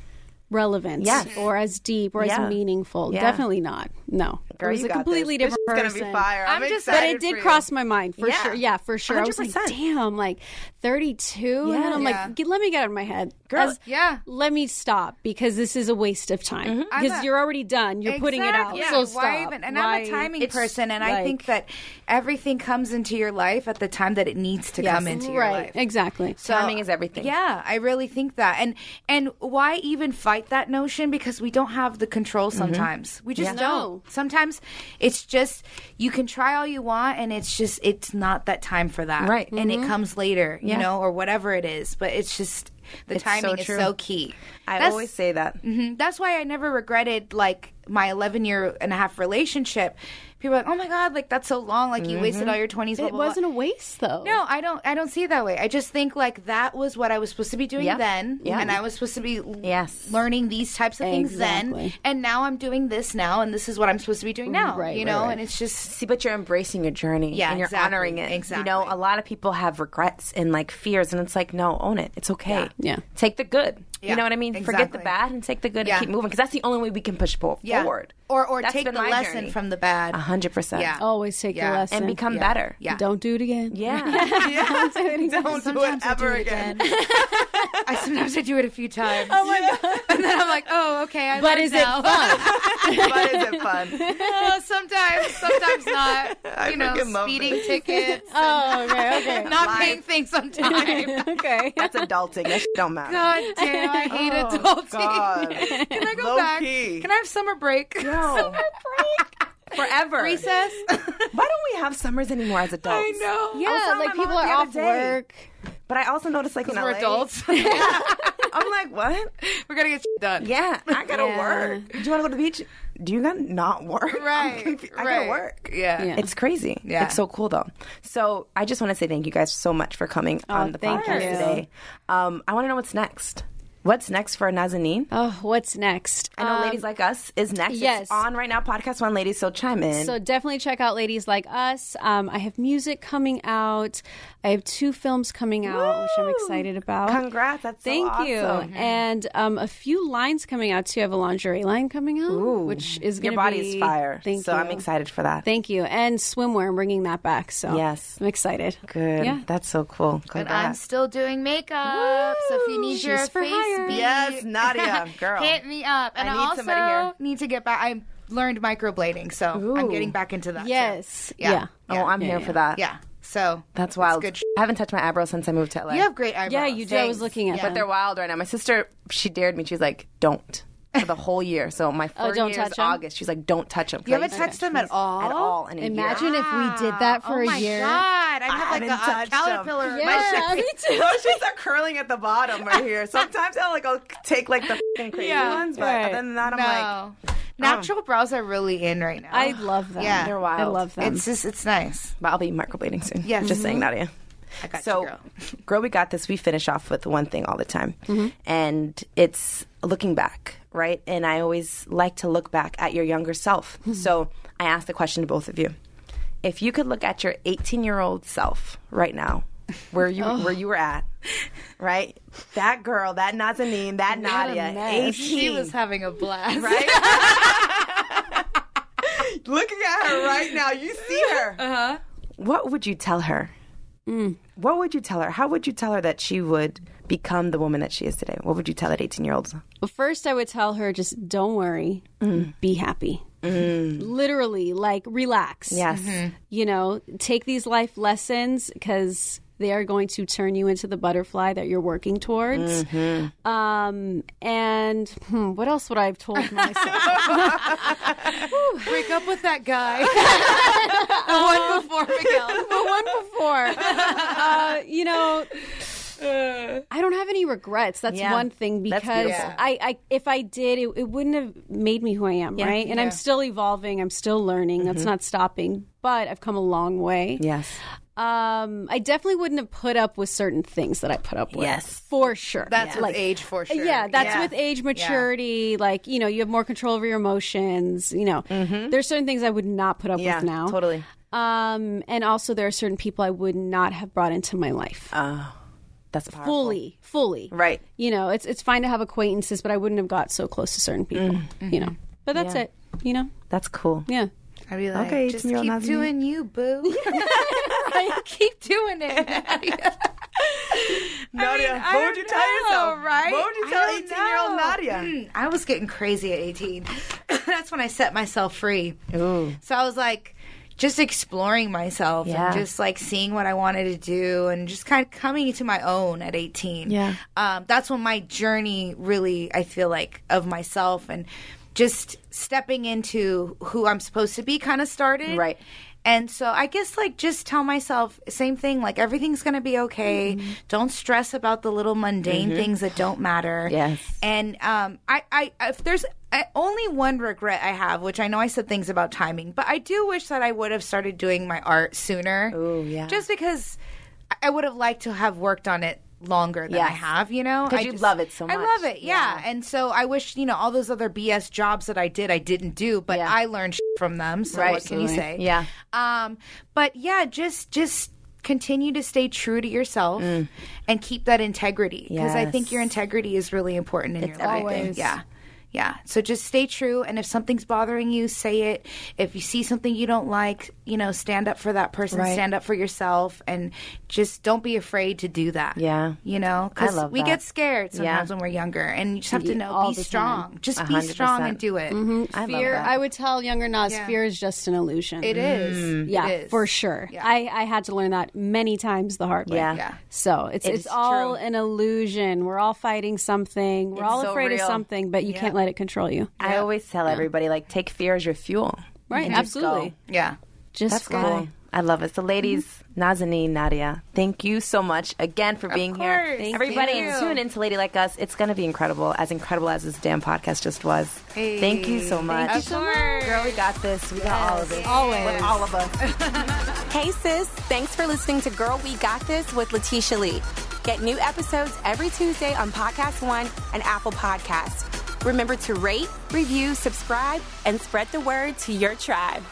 [SPEAKER 5] relevant
[SPEAKER 2] Yes.
[SPEAKER 5] or as deep or
[SPEAKER 2] Yeah.
[SPEAKER 5] as meaningful.
[SPEAKER 2] Yeah.
[SPEAKER 5] Definitely not. No.
[SPEAKER 2] Girl,
[SPEAKER 5] it was
[SPEAKER 2] you
[SPEAKER 5] a
[SPEAKER 2] got
[SPEAKER 5] completely
[SPEAKER 2] this.
[SPEAKER 5] different
[SPEAKER 11] It's
[SPEAKER 5] person.
[SPEAKER 11] gonna be fire. I'm,
[SPEAKER 6] I'm just-
[SPEAKER 11] excited.
[SPEAKER 5] But it
[SPEAKER 6] for
[SPEAKER 5] did
[SPEAKER 6] you.
[SPEAKER 5] cross my mind for
[SPEAKER 2] Yeah.
[SPEAKER 5] sure. Yeah, for sure. I was like,
[SPEAKER 2] 100%.
[SPEAKER 5] damn, like 32. And then I'm
[SPEAKER 6] Yeah.
[SPEAKER 5] like, "Get- let me get out of my head.
[SPEAKER 2] Girl,
[SPEAKER 5] As-
[SPEAKER 6] yeah.
[SPEAKER 5] Let me stop because this is a waste of
[SPEAKER 2] Mm-hmm.
[SPEAKER 5] time. Because
[SPEAKER 6] a-
[SPEAKER 5] you're already done. You're putting it out.
[SPEAKER 6] Exactly. Yeah.
[SPEAKER 5] So
[SPEAKER 6] Why
[SPEAKER 5] stop.
[SPEAKER 6] even? And
[SPEAKER 5] Why-
[SPEAKER 6] I'm a timing
[SPEAKER 5] It's
[SPEAKER 6] person, and I
[SPEAKER 5] like-
[SPEAKER 6] think that everything comes into your life at the time that it needs to come into your
[SPEAKER 5] Right.
[SPEAKER 6] life.
[SPEAKER 5] Exactly.
[SPEAKER 6] So-
[SPEAKER 2] Timing is everything.
[SPEAKER 6] Yeah, I really think that. And and why even fight that notion because we don't have the
[SPEAKER 2] Mm-hmm.
[SPEAKER 6] control sometimes. We just
[SPEAKER 5] No.
[SPEAKER 6] don't. Sometimes it's just you can try all you want and it's just it's not that time for that.
[SPEAKER 2] Right.
[SPEAKER 6] And
[SPEAKER 5] Mm-hmm.
[SPEAKER 6] it comes later, you
[SPEAKER 2] Yeah.
[SPEAKER 6] know, or whatever it is, but it's just the
[SPEAKER 2] It's so
[SPEAKER 6] timing is
[SPEAKER 2] true.
[SPEAKER 6] so key.
[SPEAKER 2] I
[SPEAKER 6] That's-
[SPEAKER 2] always say that.
[SPEAKER 6] Mhm. That's why I never regretted like my 11 year and a half relationship. People are like, "Oh my god, like that's so long. Like you
[SPEAKER 2] Mm-hmm.
[SPEAKER 6] wasted all your 20s." blah,
[SPEAKER 5] It
[SPEAKER 6] blah, blah."
[SPEAKER 5] wasn't a waste, though.
[SPEAKER 6] No, I don't. I don't see it that way. I just think like that was what I was supposed to be doing
[SPEAKER 2] Yeah.
[SPEAKER 6] then,
[SPEAKER 2] Yeah.
[SPEAKER 6] and I was supposed to be l-
[SPEAKER 2] Yes.
[SPEAKER 6] learning these types of things then,
[SPEAKER 5] Exactly.
[SPEAKER 6] and now I'm doing this now, and this is what I'm supposed to be doing now.
[SPEAKER 5] Right,
[SPEAKER 6] you
[SPEAKER 5] right,
[SPEAKER 6] know,
[SPEAKER 5] right.
[SPEAKER 6] and it's just
[SPEAKER 2] See, but you're embracing your journey
[SPEAKER 6] Yeah,
[SPEAKER 2] and you're
[SPEAKER 6] exactly,
[SPEAKER 2] honoring it. You
[SPEAKER 6] exactly.
[SPEAKER 2] know, a lot of people have regrets and like fears, and it's like, no, own it. It's okay.
[SPEAKER 5] Yeah.
[SPEAKER 2] Take the good.
[SPEAKER 6] Yeah,
[SPEAKER 2] You know what I mean? Forget the
[SPEAKER 6] exactly.
[SPEAKER 2] bad and take the good
[SPEAKER 6] Yeah.
[SPEAKER 2] and keep moving because that's the only way we can push po-
[SPEAKER 6] Yeah.
[SPEAKER 2] forward.
[SPEAKER 6] or or
[SPEAKER 2] That's
[SPEAKER 6] take the
[SPEAKER 2] been my
[SPEAKER 6] lesson
[SPEAKER 2] journey. Uh-huh.
[SPEAKER 6] from the bad.
[SPEAKER 2] A hundred percent.
[SPEAKER 6] Yeah.
[SPEAKER 5] Always take
[SPEAKER 6] Yeah.
[SPEAKER 5] the
[SPEAKER 6] And
[SPEAKER 5] lesson
[SPEAKER 2] And become better.
[SPEAKER 6] Yeah.
[SPEAKER 5] Don't do it again.
[SPEAKER 2] Yeah.
[SPEAKER 12] Yeah. Don't do it
[SPEAKER 6] Sometimes I
[SPEAKER 12] ever
[SPEAKER 6] do it
[SPEAKER 12] again.
[SPEAKER 6] I sometimes I do it a few times. Oh my god! And then I'm like, oh okay. I
[SPEAKER 5] But
[SPEAKER 6] learned
[SPEAKER 5] is it
[SPEAKER 6] now.
[SPEAKER 5] fun?
[SPEAKER 12] but is it fun?
[SPEAKER 6] Oh, sometimes, sometimes not.
[SPEAKER 12] I
[SPEAKER 6] you know,
[SPEAKER 12] freaking love
[SPEAKER 6] speeding
[SPEAKER 12] this.
[SPEAKER 6] tickets,
[SPEAKER 5] oh, okay, okay.
[SPEAKER 6] not paying things on time.
[SPEAKER 5] okay.
[SPEAKER 2] That's adulting. That shit don't matter.
[SPEAKER 6] God damn, I hate adulting.
[SPEAKER 12] God.
[SPEAKER 6] Can I go
[SPEAKER 12] Low
[SPEAKER 6] back?
[SPEAKER 12] key.
[SPEAKER 6] Can I have summer break?
[SPEAKER 2] No. Forever.
[SPEAKER 6] Recess?
[SPEAKER 2] Why don't we have summers anymore as adults?
[SPEAKER 6] I know.
[SPEAKER 2] I was
[SPEAKER 5] Yeah,
[SPEAKER 2] telling
[SPEAKER 5] like
[SPEAKER 2] my
[SPEAKER 5] people
[SPEAKER 2] mom
[SPEAKER 5] are
[SPEAKER 2] the other
[SPEAKER 5] off
[SPEAKER 2] day.
[SPEAKER 5] work.
[SPEAKER 2] But I also noticed like in
[SPEAKER 6] We're
[SPEAKER 2] LA,
[SPEAKER 6] adults.
[SPEAKER 2] I'm like, what?
[SPEAKER 6] We're gonna get shit done.
[SPEAKER 2] Yeah, I gotta
[SPEAKER 5] Yeah.
[SPEAKER 2] work. Do you want to go to the beach? Do you gotta not work? I'm
[SPEAKER 6] Right,
[SPEAKER 2] confu- I
[SPEAKER 6] right.
[SPEAKER 2] gotta work.
[SPEAKER 6] Yeah.
[SPEAKER 5] Yeah.
[SPEAKER 2] It's crazy.
[SPEAKER 6] Yeah.
[SPEAKER 2] It's so cool though. So I just want to say thank you guys so much for coming on the
[SPEAKER 5] thank
[SPEAKER 2] podcast
[SPEAKER 5] you.
[SPEAKER 2] today. Um, I want to know what's next. What's next for Nazanin?
[SPEAKER 5] Oh, what's next?
[SPEAKER 2] I know Ladies Like Us is next.
[SPEAKER 5] Um, yes.
[SPEAKER 2] It's on right now, Podcast One Ladies, so chime in.
[SPEAKER 5] So definitely check out Ladies Like Us. Um, I have music coming out. I have two films coming out, which I'm excited about.
[SPEAKER 2] Congrats, that's so
[SPEAKER 5] Thank you.
[SPEAKER 6] Mm-hmm.
[SPEAKER 2] awesome.
[SPEAKER 5] And um, a few lines coming out too. I have a lingerie line coming out, which is
[SPEAKER 2] Your
[SPEAKER 5] gonna
[SPEAKER 2] body's
[SPEAKER 5] be-
[SPEAKER 2] fire.
[SPEAKER 5] Thank
[SPEAKER 2] so
[SPEAKER 5] you.
[SPEAKER 2] I'm excited for that.
[SPEAKER 5] Thank you. And swimwear, I'm bringing that back. So
[SPEAKER 2] Yes.
[SPEAKER 5] I'm excited.
[SPEAKER 2] Good.
[SPEAKER 5] Yeah.
[SPEAKER 2] That's so cool. Congrats.
[SPEAKER 6] And I'm still doing makeup, so if you need
[SPEAKER 5] She's
[SPEAKER 6] your
[SPEAKER 5] for
[SPEAKER 6] face
[SPEAKER 5] hire.
[SPEAKER 6] beat,
[SPEAKER 12] Yes, Nadia, girl.
[SPEAKER 6] hit me up. And
[SPEAKER 2] I
[SPEAKER 6] I,
[SPEAKER 2] need
[SPEAKER 6] also
[SPEAKER 2] somebody here.
[SPEAKER 6] need to get back. I learned microblading, so I'm getting back into that. too.
[SPEAKER 5] Yes.
[SPEAKER 6] Yeah.
[SPEAKER 5] Yeah.
[SPEAKER 2] oh, I'm here for that.
[SPEAKER 6] Yeah. So
[SPEAKER 2] That's
[SPEAKER 6] it's
[SPEAKER 2] wild.
[SPEAKER 6] Good. sh-
[SPEAKER 2] I haven't touched my eyebrows since I moved to LA.
[SPEAKER 6] You have great eyebrows.
[SPEAKER 5] Yeah, you do. I was
[SPEAKER 6] Thanks.
[SPEAKER 5] looking at
[SPEAKER 2] But they're
[SPEAKER 5] them.
[SPEAKER 2] wild right now. My sister, she dared me. She's like, don't. For the whole year. So my
[SPEAKER 6] Oh,
[SPEAKER 2] first
[SPEAKER 5] don't
[SPEAKER 2] year is
[SPEAKER 5] touch 'em?
[SPEAKER 2] August. She's like, don't touch them.
[SPEAKER 6] You haven't touched them at all.
[SPEAKER 2] at all in a
[SPEAKER 13] Imagine
[SPEAKER 2] year.
[SPEAKER 13] if we did that for
[SPEAKER 6] oh
[SPEAKER 13] a
[SPEAKER 6] my
[SPEAKER 13] year.
[SPEAKER 6] god! I'd have
[SPEAKER 2] haven't
[SPEAKER 6] like a, a
[SPEAKER 2] touched 'em.
[SPEAKER 6] caterpillar. in my shit.
[SPEAKER 5] Yeah, me too.
[SPEAKER 12] Those shits are curling at the bottom right here. Sometimes I'll like I'll take like the fucking crazy
[SPEAKER 6] Yeah.
[SPEAKER 12] ones, but
[SPEAKER 5] Right.
[SPEAKER 12] other than that, I'm like,
[SPEAKER 6] No, natural brows are really in right now.
[SPEAKER 5] I love them.
[SPEAKER 6] Oh, Yeah.
[SPEAKER 2] They're wild.
[SPEAKER 5] I love them.
[SPEAKER 6] It's just it's nice.
[SPEAKER 2] But I'll be microblading soon.
[SPEAKER 6] Yes.
[SPEAKER 2] Just saying, Nadia.
[SPEAKER 6] Mm-hmm. I got
[SPEAKER 2] so,
[SPEAKER 6] you, girl.
[SPEAKER 2] girl, we got this. We finish off with one thing all the time,
[SPEAKER 6] Mm-hmm.
[SPEAKER 2] and it's looking back, right? And I always like to look back at your younger self.
[SPEAKER 6] Mm-hmm.
[SPEAKER 2] So, I asked the question to both of you: If you could look at your 18-year-old self right now, where you
[SPEAKER 6] Oh.
[SPEAKER 2] where you were at, right? That girl, that Nazanin, that Nadia,
[SPEAKER 5] mess.
[SPEAKER 2] eighteen,
[SPEAKER 6] She was having a blast.
[SPEAKER 2] right?
[SPEAKER 12] looking at her right now, you see her.
[SPEAKER 2] what would you tell her? What would you tell her? How would you tell her that she would become the woman that she is today? What would you tell that 18 year old?
[SPEAKER 5] But first, I would tell her just don't worry,
[SPEAKER 6] Mm.
[SPEAKER 5] be happy. Literally, like relax.
[SPEAKER 2] Yes.
[SPEAKER 12] Mm-hmm.
[SPEAKER 5] You know, take these life lessons because they are going to turn you into the butterfly that you're working towards. Um, and hmm, what else would I have told myself?
[SPEAKER 6] Break up with that guy. the one before Miguel.
[SPEAKER 5] the one before. Uh, you know, I don't have any regrets. That's
[SPEAKER 2] Yeah.
[SPEAKER 5] one thing
[SPEAKER 2] That's
[SPEAKER 5] because
[SPEAKER 2] beautiful.
[SPEAKER 5] I, I, if I did, it, it wouldn't have made me who I am, right? And I'm still evolving. I'm still learning. That's not stopping. But I've come a long way.
[SPEAKER 2] Yes.
[SPEAKER 5] Um, I definitely wouldn't have put up with certain things that I put up with.
[SPEAKER 2] Yes.
[SPEAKER 5] for sure.
[SPEAKER 6] That's
[SPEAKER 5] like,
[SPEAKER 6] with age for sure.
[SPEAKER 5] Yeah, that's with age, maturity. Like you know, you have more control over your emotions. You know, there's certain things I would not put up with now.
[SPEAKER 2] Totally.
[SPEAKER 5] Um, and also there are certain people I would not have brought into my life
[SPEAKER 2] That's powerful.
[SPEAKER 5] fully, fully.
[SPEAKER 2] Right.
[SPEAKER 5] You know, it's it's fine to have acquaintances, but I wouldn't have got so close to certain people. You know, but that's
[SPEAKER 2] Mm. Mm-hmm. Yeah.
[SPEAKER 5] it. You know,
[SPEAKER 2] That's cool.
[SPEAKER 5] yeah.
[SPEAKER 6] I'd be like,
[SPEAKER 2] Okay,
[SPEAKER 6] just
[SPEAKER 2] Tamira
[SPEAKER 6] keep
[SPEAKER 2] Nazmi.
[SPEAKER 6] doing you, boo. keep doing it. Nadia.
[SPEAKER 12] Nadia,
[SPEAKER 6] mean, I
[SPEAKER 12] what would
[SPEAKER 6] don't
[SPEAKER 12] you tell
[SPEAKER 6] know,
[SPEAKER 12] yourself?
[SPEAKER 6] right?
[SPEAKER 12] What would you
[SPEAKER 6] I
[SPEAKER 12] tell
[SPEAKER 6] don't
[SPEAKER 12] 18 year old
[SPEAKER 6] know.
[SPEAKER 12] Nadia?
[SPEAKER 6] Mm, I was getting crazy at 18. That's when I set myself free. So I was like, just exploring myself
[SPEAKER 2] Yeah.
[SPEAKER 6] and just like seeing what I wanted to do and just kind of coming into my own at 18.
[SPEAKER 2] Yeah.
[SPEAKER 6] Um, that's when my journey really, I feel like, of myself and just stepping into who I'm supposed to be kind of started.
[SPEAKER 2] Right.
[SPEAKER 6] And so I guess like just tell myself same thing like everything's going to be okay.
[SPEAKER 2] Mm-hmm.
[SPEAKER 6] Don't stress about the little mundane things that don't matter.
[SPEAKER 2] Yes.
[SPEAKER 6] And um I I if there's I, only one regret I have, which I know I said things about timing, but I do wish that I would have started doing my art sooner. Oh
[SPEAKER 2] yeah.
[SPEAKER 6] Just because I- I would have liked to have worked on it longer than I
[SPEAKER 2] Yes.
[SPEAKER 6] have, you know?
[SPEAKER 2] 'Cause
[SPEAKER 6] I
[SPEAKER 2] you love it so
[SPEAKER 6] I
[SPEAKER 2] much.
[SPEAKER 6] love it, yeah. And so I wish, you know, all those other BS jobs that I did, I didn't do, but
[SPEAKER 2] Yeah.
[SPEAKER 6] I learned shit from them. So what can you say?
[SPEAKER 2] Yeah.
[SPEAKER 6] Um, but yeah, just just continue to stay true to yourself and keep that integrity because I think
[SPEAKER 2] Mm. Yes.
[SPEAKER 6] your integrity is really important in your life.
[SPEAKER 2] everything.
[SPEAKER 6] Yeah. Yeah. So just stay true. And if something's bothering you, say it. If you see something you don't like, you know, stand up for that person,
[SPEAKER 2] Right.
[SPEAKER 6] stand up for yourself, and just don't be afraid to do that.
[SPEAKER 2] Yeah.
[SPEAKER 6] You know, because
[SPEAKER 2] love
[SPEAKER 6] we
[SPEAKER 2] that.
[SPEAKER 6] get scared
[SPEAKER 2] Yeah.
[SPEAKER 6] sometimes when we're younger, and you just have to
[SPEAKER 5] Y-
[SPEAKER 6] know,
[SPEAKER 5] all
[SPEAKER 6] be
[SPEAKER 5] the time.
[SPEAKER 6] strong. Just be
[SPEAKER 2] 100%.
[SPEAKER 6] strong and do it.
[SPEAKER 5] Mm-hmm.
[SPEAKER 2] I love
[SPEAKER 5] fear.
[SPEAKER 2] that.
[SPEAKER 5] I would tell younger Nas, fear is just an illusion.
[SPEAKER 6] It is.
[SPEAKER 5] Yeah,
[SPEAKER 6] It is.
[SPEAKER 5] for sure. I, I had to learn that many times the hard way.
[SPEAKER 2] Yeah. Yeah.
[SPEAKER 5] So it's it's all an illusion. We're all fighting something. We're
[SPEAKER 2] It's
[SPEAKER 5] all
[SPEAKER 2] so
[SPEAKER 5] afraid of
[SPEAKER 2] real.
[SPEAKER 5] something, but you can't let it control you.
[SPEAKER 2] I always tell everybody like take fear as your fuel.
[SPEAKER 5] Right.
[SPEAKER 2] just go.
[SPEAKER 5] Absolutely.
[SPEAKER 6] Yeah.
[SPEAKER 5] Just
[SPEAKER 2] That's
[SPEAKER 5] fly.
[SPEAKER 2] cool. I love it. So, ladies, Nazanin, Nadia, thank you so much again for being here.
[SPEAKER 6] course. Thank
[SPEAKER 2] Everybody,
[SPEAKER 6] you.
[SPEAKER 2] tune in to Lady Like Us. It's going to be incredible, as incredible as this damn podcast just was. Thank you so much.
[SPEAKER 6] you so Of course. much.
[SPEAKER 2] Girl, we got this. We got all of it.
[SPEAKER 5] Always.
[SPEAKER 2] With all of us.
[SPEAKER 3] Hey sis, thanks for listening to Girl We Got This with Letitia Lee. Get new episodes every Tuesday on Podcast One and Apple Podcasts. Remember to rate, review, subscribe, and spread the word to your tribe.